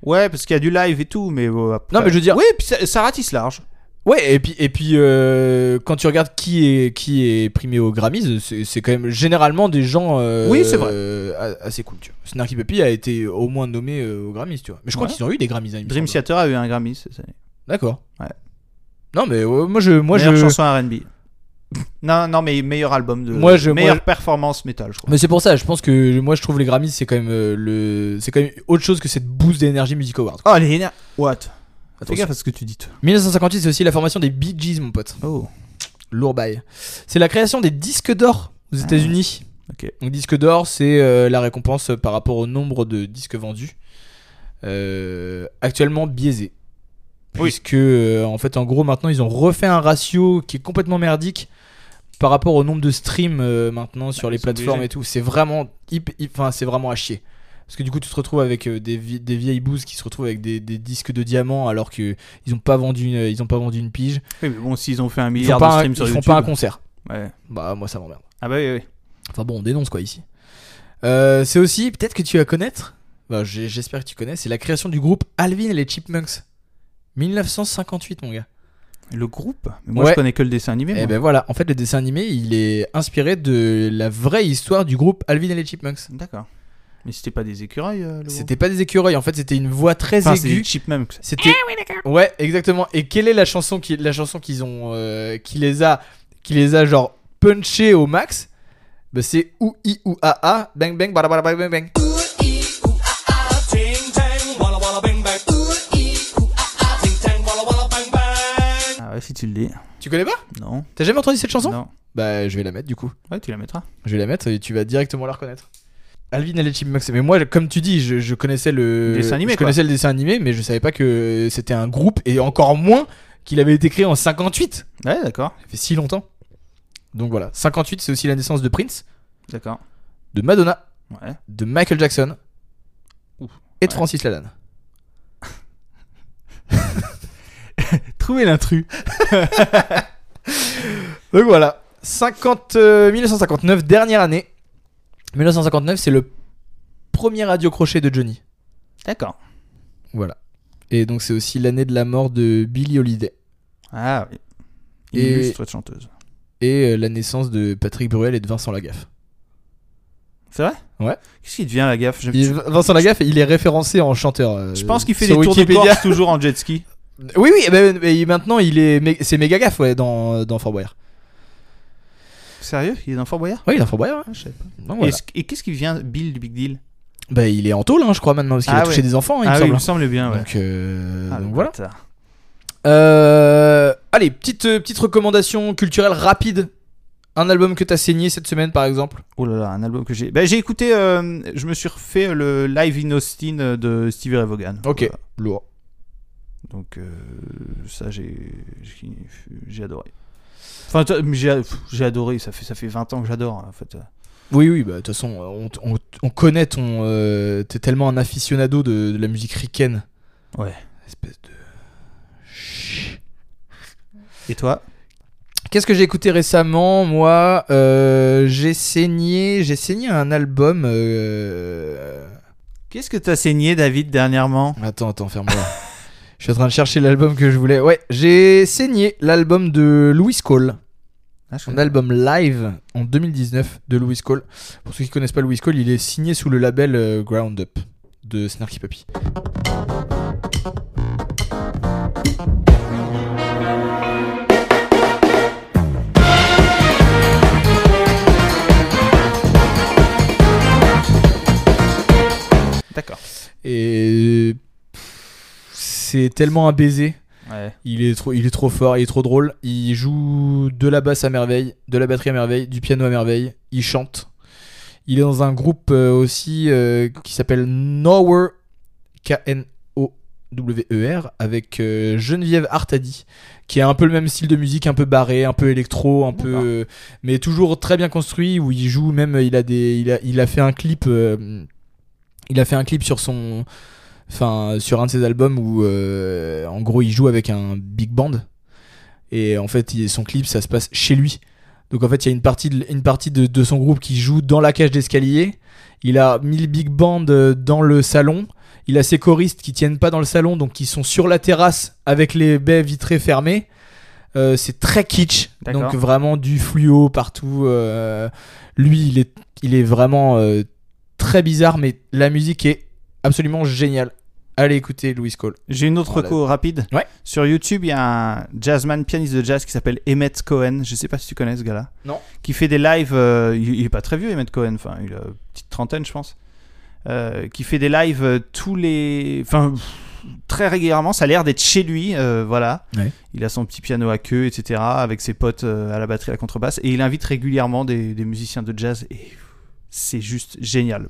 [SPEAKER 5] Ouais, parce qu'il y a du live et tout, mais bon, après-
[SPEAKER 4] Non, mais je veux dire-
[SPEAKER 5] Oui, puis ça, ça ratisse large.
[SPEAKER 4] Ouais, et puis et puis euh, quand tu regardes qui est qui est primé aux Grammys, c'est c'est quand même généralement des gens. euh,
[SPEAKER 5] Oui, c'est vrai.
[SPEAKER 4] euh, a- assez cool, tu vois. Snarky Puppy a été au moins nommé euh, aux Grammys, tu vois. Mais je crois
[SPEAKER 5] Ouais.
[SPEAKER 4] qu'ils ont eu des Grammys. hein, il me
[SPEAKER 5] Dream
[SPEAKER 4] semble.
[SPEAKER 5] Theater a eu un Grammy cette année.
[SPEAKER 4] D'accord.
[SPEAKER 5] Ouais.
[SPEAKER 4] Non mais euh, moi je moi
[SPEAKER 5] meilleure
[SPEAKER 4] je
[SPEAKER 5] chanson R&B. non, non, mais meilleur album de.
[SPEAKER 4] Moi, je-
[SPEAKER 5] meilleure
[SPEAKER 4] moi, je-
[SPEAKER 5] performance métal, je crois.
[SPEAKER 4] mais c'est pour ça, je pense que moi je trouve les Grammys c'est quand même euh, le c'est quand même autre chose que cette boost d'énergie Music Award.
[SPEAKER 5] Oh, les éner- What Fais
[SPEAKER 4] Attention.
[SPEAKER 5] gaffe à ce que tu dis. toi.
[SPEAKER 4] 1958 c'est aussi la formation des Bee Gees mon pote.
[SPEAKER 5] Oh.
[SPEAKER 4] Lourd bail. C'est la création des disques d'or aux États-Unis.
[SPEAKER 5] Ah. ok.
[SPEAKER 4] Donc disque d'or c'est euh, la récompense par rapport au nombre de disques vendus. Euh, actuellement biaisé.
[SPEAKER 5] Oui.
[SPEAKER 4] Puisque euh, en fait en gros maintenant ils ont refait un ratio qui est complètement merdique par rapport au nombre de streams euh, maintenant sur les
[SPEAKER 5] c'est
[SPEAKER 4] plateformes
[SPEAKER 5] obligé.
[SPEAKER 4] et tout. C'est vraiment hip, hip- enfin c'est vraiment à chier. Parce que du coup tu te retrouves avec euh, des, vie- des vieilles bouses qui se retrouvent avec des, des disques de diamants alors que ils ont pas vendu une, ils ont pas vendu une pige.
[SPEAKER 5] Oui, mais bon, s'ils ont fait un
[SPEAKER 4] Ils
[SPEAKER 5] milliard
[SPEAKER 4] font,
[SPEAKER 5] de
[SPEAKER 4] pas un,
[SPEAKER 5] streams sur
[SPEAKER 4] ils font
[SPEAKER 5] YouTube.
[SPEAKER 4] pas un concert.
[SPEAKER 5] Ouais.
[SPEAKER 4] Bah moi ça m'emmerde.
[SPEAKER 5] Ah bah oui, oui.
[SPEAKER 4] Enfin bon, on dénonce quoi ici. Euh, c'est aussi, peut-être que tu vas connaître, bah, j'ai- j'espère que tu connais, c'est la création du groupe Alvin et les Chipmunks. 1958, mon gars.
[SPEAKER 5] Le groupe Mais Moi,
[SPEAKER 4] Ouais.
[SPEAKER 5] je connais que le dessin animé.
[SPEAKER 4] Et
[SPEAKER 5] moi.
[SPEAKER 4] ben voilà, en fait, le dessin animé, il est inspiré de la vraie histoire du groupe Alvin et les Chipmunks.
[SPEAKER 5] D'accord. Mais c'était pas des écureuils, euh, le groupe
[SPEAKER 4] ben. C'était pas des écureuils, en fait, c'était une voix très
[SPEAKER 5] Enfin, c'est
[SPEAKER 4] aiguë.
[SPEAKER 5] des chipmunks.
[SPEAKER 4] C'était. Ouais, exactement. Et quelle est la chanson qui, la chanson qu'ils ont, euh, qui les a, qui les a genre punché au max Bah, c'est ou i ou a a, bang bang, bada bada bang bang bang.
[SPEAKER 5] Ah ouais, si tu le dis.
[SPEAKER 4] Tu connais pas
[SPEAKER 5] Non.
[SPEAKER 4] T'as jamais entendu cette chanson
[SPEAKER 5] Non.
[SPEAKER 4] Bah je vais la mettre du coup.
[SPEAKER 5] Ouais, tu la mettras.
[SPEAKER 4] Je vais la mettre et tu vas directement la reconnaître. Alvin et les Chipmunks. Mais moi, comme tu dis, je, je connaissais le
[SPEAKER 5] Dessin animé,
[SPEAKER 4] Je connaissais le dessin animé, mais je savais pas que c'était un groupe et encore moins qu'il avait été créé en 58.
[SPEAKER 5] Ouais, d'accord.
[SPEAKER 4] Ça fait si longtemps. Donc voilà, 58, c'est aussi la naissance de Prince,
[SPEAKER 5] D'accord.
[SPEAKER 4] de Madonna,
[SPEAKER 5] Ouais.
[SPEAKER 4] de Michael Jackson
[SPEAKER 5] Ouf,
[SPEAKER 4] et de
[SPEAKER 5] ouais.
[SPEAKER 4] Francis Lalanne.
[SPEAKER 5] [laughs] Trouver l'intrus.
[SPEAKER 4] [laughs] Donc voilà, 50, euh, 1959, dernière année. 1959, c'est le premier radio crochet de Johnny.
[SPEAKER 5] D'accord.
[SPEAKER 4] Voilà. Et donc c'est aussi l'année de la mort de Billie Holiday
[SPEAKER 5] Ah oui. Une
[SPEAKER 4] Et-
[SPEAKER 5] illustre chanteuse.
[SPEAKER 4] et euh, la naissance de Patrick Bruel et de Vincent Lagaffe.
[SPEAKER 5] C'est vrai
[SPEAKER 4] Ouais.
[SPEAKER 5] Qu'est-ce qui devient la gaffe je...
[SPEAKER 4] Il- Vincent Lagaffe, il est référencé en chanteur. euh,
[SPEAKER 5] je pense qu'il fait des
[SPEAKER 4] sur
[SPEAKER 5] tours de
[SPEAKER 4] Wikipédia.
[SPEAKER 5] Corse toujours en jet ski.
[SPEAKER 4] Oui, oui, mais, mais maintenant il est, mé- c'est méga gaffe ouais, dans, dans Fort Boyard.
[SPEAKER 5] Sérieux Il est dans Fort Boyard
[SPEAKER 4] Oui, dans Fort Boyard. ouais.
[SPEAKER 5] Ah, je sais pas.
[SPEAKER 4] Donc, voilà.
[SPEAKER 5] Et ce- Et qu'est-ce qui vient Bill du Big Deal
[SPEAKER 4] Bah, il est en tôle, hein, je crois maintenant, parce qu'il
[SPEAKER 5] Ah
[SPEAKER 4] a touché
[SPEAKER 5] ouais.
[SPEAKER 4] des enfants, hein, il
[SPEAKER 5] Ah
[SPEAKER 4] me
[SPEAKER 5] oui, il
[SPEAKER 4] semble.
[SPEAKER 5] me semble bien, ouais.
[SPEAKER 4] Donc, euh,
[SPEAKER 5] Ah,
[SPEAKER 4] donc
[SPEAKER 5] le
[SPEAKER 4] voilà.
[SPEAKER 5] bâtard.
[SPEAKER 4] Euh, allez, petite, euh, petite recommandation culturelle rapide. Un album que t'as saigné cette semaine, par exemple.
[SPEAKER 5] Oh là là, un album que j'ai. Bah, j'ai écouté, euh, je me suis refait le Live in Austin euh, de Stevie Ray Vaughan.
[SPEAKER 4] Ok,
[SPEAKER 5] Voilà.
[SPEAKER 4] lourd.
[SPEAKER 5] Donc, euh, ça, j'ai j'ai- j'ai adoré. Enfin, t- mais j'ai pff, j'ai adoré, ça fait, ça fait 20 ans que j'adore, en fait.
[SPEAKER 4] Oui, oui, bah, de toute façon, on, t- on t- on connaît ton. euh, T'es tellement un aficionado de, de la musique ricaine.
[SPEAKER 5] Ouais.
[SPEAKER 4] Espèce de.
[SPEAKER 5] Et toi
[SPEAKER 4] Qu'est-ce que j'ai écouté récemment Moi, euh, j'ai saigné, j'ai saigné un album. euh,
[SPEAKER 5] Qu'est-ce que t'as saigné, David, dernièrement
[SPEAKER 4] Attends, attends, ferme-moi. je suis en train de chercher l'album que je voulais. Ouais, j'ai saigné l'album de Louis Cole.
[SPEAKER 5] Ah, je
[SPEAKER 4] Son
[SPEAKER 5] connais.
[SPEAKER 4] album live en 2019 de Louis Cole. Pour ceux qui connaissent pas Louis Cole, il est signé sous le label euh, Ground Up de Snarky Puppy.
[SPEAKER 5] D'accord.
[SPEAKER 4] Et pff, c'est tellement un baiser.
[SPEAKER 5] Ouais.
[SPEAKER 4] Il est trop, il est trop fort, il est trop drôle. Il joue de la basse à merveille, de la batterie à merveille, du piano à merveille. Il chante. Il est dans un groupe euh, aussi euh, qui s'appelle Nowhere, K-N-O-W-E-R, avec euh, Geneviève Artadi, qui a un peu le même style de musique, un peu barré, un peu électro, un peu,
[SPEAKER 5] D'accord.
[SPEAKER 4] euh, mais toujours très bien construit. Où il joue même, il a des, il a, il a fait un clip, euh, il a fait un clip sur son, enfin sur un de ses albums où euh, en gros il joue avec un big band et en fait il- son clip ça se passe chez lui donc en fait il y a une partie de, une partie de, de son groupe qui joue dans la cage d'escalier il a mis le big band euh, dans le salon il a ses choristes qui tiennent pas dans le salon donc qui sont sur la terrasse avec les baies vitrées fermées Euh, c'est très kitsch
[SPEAKER 5] D'accord.
[SPEAKER 4] donc vraiment du fluo partout euh, lui il est il est vraiment euh, très bizarre mais la musique est absolument géniale allez écouter Louis Cole
[SPEAKER 5] J'ai une autre
[SPEAKER 4] Voilà.
[SPEAKER 5] reco rapide.
[SPEAKER 4] Ouais.
[SPEAKER 5] Sur YouTube, il y a un jazzman pianiste de jazz qui s'appelle Emmett Cohen. Je sais pas si tu connais ce gars-là.
[SPEAKER 4] Non.
[SPEAKER 5] Qui fait des lives. euh, il, il est pas très vieux, Emmett Cohen. Enfin, il a une petite trentaine, je pense. Euh, qui fait des lives euh, tous les. Enfin, pff, très régulièrement. Ça a l'air d'être chez lui. euh, voilà.
[SPEAKER 4] Ouais.
[SPEAKER 5] Il a son petit piano à queue, etc. Avec ses potes euh, à la batterie, à la contrebasse. Et il invite régulièrement des, des musiciens de jazz. Et pff, c'est juste génial.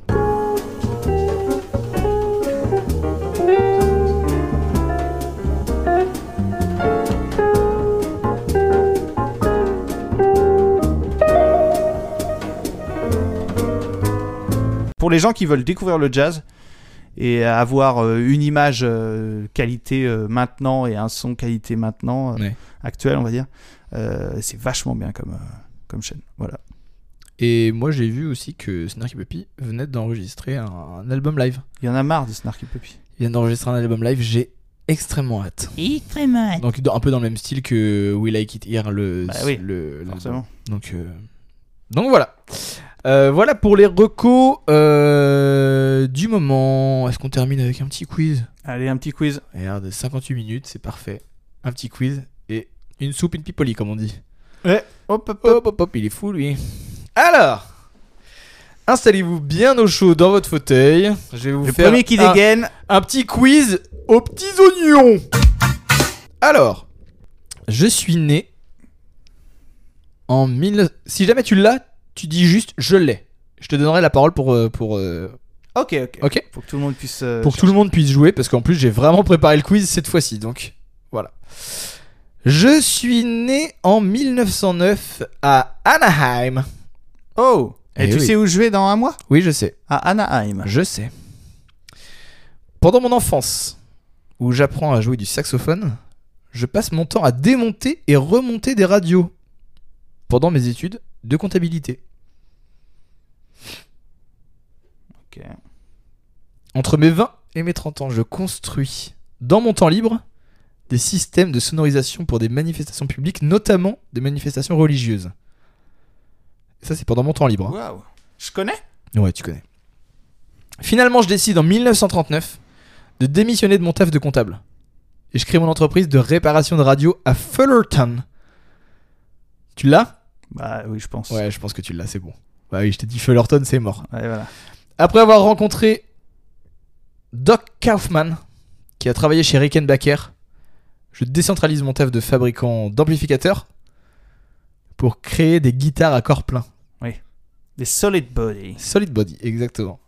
[SPEAKER 5] pour les gens qui veulent découvrir le jazz et avoir euh, une image euh, qualité euh, maintenant et un son qualité maintenant euh,
[SPEAKER 4] Ouais.
[SPEAKER 5] actuel on va dire euh, c'est vachement bien comme euh, comme chaîne voilà
[SPEAKER 4] Et moi j'ai vu aussi que Snarky Puppy venait d'enregistrer un, un album live.
[SPEAKER 5] il y en a marre de Snarky Puppy
[SPEAKER 4] Il vient d'enregistrer un album live, j'ai extrêmement hâte.
[SPEAKER 2] Extrêmement.
[SPEAKER 4] Donc dans- un peu dans le même style que We Like It Here, le...
[SPEAKER 5] Bah oui,
[SPEAKER 4] le l'album.
[SPEAKER 5] forcément
[SPEAKER 4] Donc, euh, Donc voilà. Euh, voilà pour les recos euh, du moment. Est-ce qu'on termine avec un petit quiz
[SPEAKER 5] allez un petit quiz
[SPEAKER 4] Regarde, 58 minutes, c'est parfait. Un petit quiz et une soupe, une pipoli comme on dit.
[SPEAKER 5] ouais hop hop hop
[SPEAKER 4] Hop, hop, hop, il est fou lui. Alors, installez-vous bien au chaud dans votre fauteuil. Je vais vous
[SPEAKER 5] le
[SPEAKER 4] faire
[SPEAKER 5] premier qui
[SPEAKER 4] un,
[SPEAKER 5] dégaine
[SPEAKER 4] un petit quiz aux petits oignons. Alors, je suis né en 19... Si jamais tu l'as, tu dis juste je l'ai. Je te donnerai la parole pour... euh, pour euh,
[SPEAKER 5] ok ok
[SPEAKER 4] ok
[SPEAKER 5] pour que tout le monde puisse euh,
[SPEAKER 4] pour que tout le monde puisse jouer, parce qu'en plus j'ai vraiment préparé le quiz cette fois-ci, donc voilà. Je suis né en 1909 à Anaheim.
[SPEAKER 5] oh et,
[SPEAKER 4] Eh
[SPEAKER 5] tu
[SPEAKER 4] oui.
[SPEAKER 5] sais où je vais dans un mois
[SPEAKER 4] Oui, je sais,
[SPEAKER 5] à Anaheim
[SPEAKER 4] je sais. Pendant mon enfance, où j'apprends à jouer du saxophone, je passe mon temps à démonter et remonter des radios. Pendant mes études de comptabilité.
[SPEAKER 5] Ok.
[SPEAKER 4] Entre mes 20 et mes 30 ans, je construis, dans mon temps libre, des systèmes de sonorisation pour des manifestations publiques, notamment des manifestations religieuses. Ça, c'est pendant mon temps libre. hein.
[SPEAKER 5] waouh je connais
[SPEAKER 4] Ouais, tu connais. Finalement, je décide en 1939 de démissionner de mon taf de comptable. et je crée mon entreprise de réparation de radio à Fullerton. Tu l'as
[SPEAKER 5] Bah oui, je pense.
[SPEAKER 4] Ouais, je pense que tu l'as, c'est bon. Bah oui, je t'ai dit Fullerton, c'est mort.
[SPEAKER 5] Ouais, voilà.
[SPEAKER 4] Après avoir rencontré Doc Kaufman, qui a travaillé chez Rickenbacker, je décentralise mon taf de fabricant d'amplificateurs pour créer des guitares à corps plein.
[SPEAKER 5] Des solid body.
[SPEAKER 4] Solid body, exactement.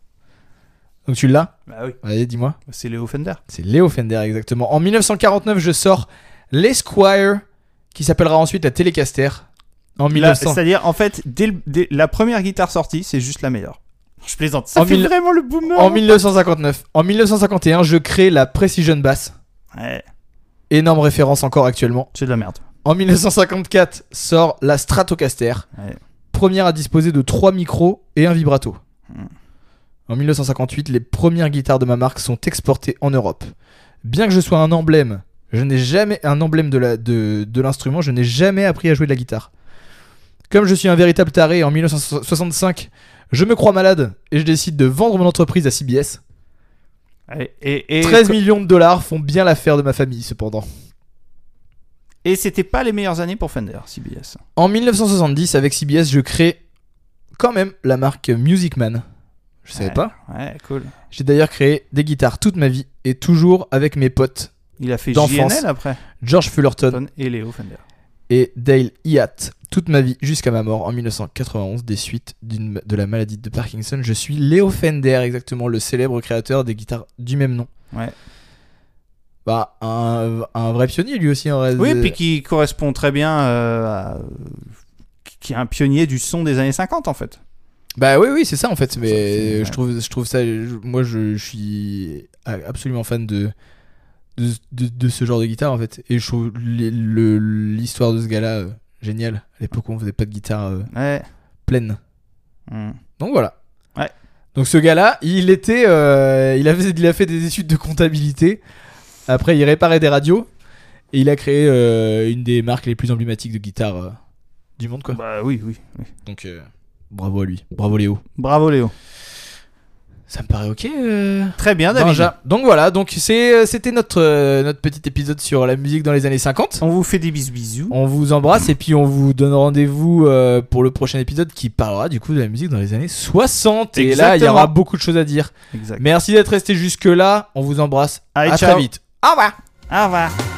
[SPEAKER 4] Donc tu l'as
[SPEAKER 5] Bah oui,
[SPEAKER 4] Allez, dis-moi.
[SPEAKER 5] c'est Léo Fender.
[SPEAKER 4] C'est Léo Fender, exactement. En 1949, je sors l'Esquire, qui s'appellera ensuite la Telecaster. En,
[SPEAKER 5] Là,
[SPEAKER 4] 1900...
[SPEAKER 5] C'est-à-dire, en fait, dès, le- dès la première guitare sortie, c'est juste la meilleure. Je plaisante. Ça
[SPEAKER 4] En
[SPEAKER 5] fait
[SPEAKER 4] mille-
[SPEAKER 5] vraiment le boomer. hein.
[SPEAKER 4] en 1959. En 1951, je crée la Precision Bass.
[SPEAKER 5] Ouais,
[SPEAKER 4] Énorme référence encore actuellement.
[SPEAKER 5] c'est de la merde.
[SPEAKER 4] En 1954 sort la Stratocaster,
[SPEAKER 5] Ouais.
[SPEAKER 4] première à disposer de trois micros et un vibrato.
[SPEAKER 5] Hmm.
[SPEAKER 4] En 1958, les premières guitares de ma marque sont exportées en Europe. Bien que je sois un emblème, je n'ai jamais un emblème de la- de- de l'instrument, je n'ai jamais appris à jouer de la guitare. Comme je suis un véritable taré, en 1965, je me crois malade et je décide de vendre mon entreprise à CBS.
[SPEAKER 5] Ouais, Et, et,
[SPEAKER 4] 13 millions de dollars font bien l'affaire de ma famille cependant.
[SPEAKER 5] et c'était pas les meilleures années pour Fender, CBS.
[SPEAKER 4] En 1970, avec CBS, je crée quand même la marque Music Man. Je savais pas.
[SPEAKER 5] Ouais, cool.
[SPEAKER 4] J'ai d'ailleurs créé des guitares toute ma vie et toujours avec mes potes
[SPEAKER 5] Il a fait
[SPEAKER 4] D'enfance. Euh,
[SPEAKER 5] JNL après.
[SPEAKER 4] George Fullerton
[SPEAKER 5] et Léo Fender.
[SPEAKER 4] et Dale Hyatt. Toute ma vie jusqu'à ma mort en 1991 des suites d'une- de la maladie de Parkinson. Je suis Léo Fender, exactement le célèbre créateur des guitares du même nom.
[SPEAKER 5] Ouais.
[SPEAKER 4] Bah, un, un vrai pionnier lui aussi en reste.
[SPEAKER 5] Oui, puis qui correspond très bien euh, à. qui est un pionnier du son des années 50 en fait.
[SPEAKER 4] Bah oui, oui, c'est ça en fait. Mais
[SPEAKER 5] Ça, c'est-
[SPEAKER 4] euh,
[SPEAKER 5] ouais.
[SPEAKER 4] je trouve, je trouve ça. je- moi, je, je suis a- absolument fan de de, de de ce genre de guitare en fait. Et je trouve les- le- l'histoire de ce gars-là euh, géniale. À l'époque, on faisait pas de guitare euh,
[SPEAKER 5] Ouais.
[SPEAKER 4] pleine.
[SPEAKER 5] Mm.
[SPEAKER 4] Donc voilà.
[SPEAKER 5] Ouais.
[SPEAKER 4] Donc ce gars-là, il était, euh, il avait, il a fait des études de comptabilité. Après, il réparait des radios et il a créé euh, une des marques les plus emblématiques de guitare euh, du monde quoi.
[SPEAKER 5] Bah oui, oui, oui.
[SPEAKER 4] Donc euh, bravo à lui, bravo Léo.
[SPEAKER 5] Bravo Léo.
[SPEAKER 4] Ça me paraît ok. euh,
[SPEAKER 5] Très bien David.
[SPEAKER 4] Benja. Donc voilà, donc c'est euh, c'était notre euh, notre petit épisode sur la musique dans les années 50.
[SPEAKER 5] On vous fait des bisous bisous.
[SPEAKER 4] On vous embrasse et puis on vous donne rendez-vous euh, pour le prochain épisode qui parlera du coup de la musique dans les années 60 et là il y
[SPEAKER 5] Exactement.
[SPEAKER 4] aura beaucoup de choses à dire.
[SPEAKER 5] Exact.
[SPEAKER 4] Merci d'être resté jusque là, on vous embrasse.
[SPEAKER 5] Allez,
[SPEAKER 4] à
[SPEAKER 5] ciao.
[SPEAKER 4] très vite. Au revoir.
[SPEAKER 5] Au revoir.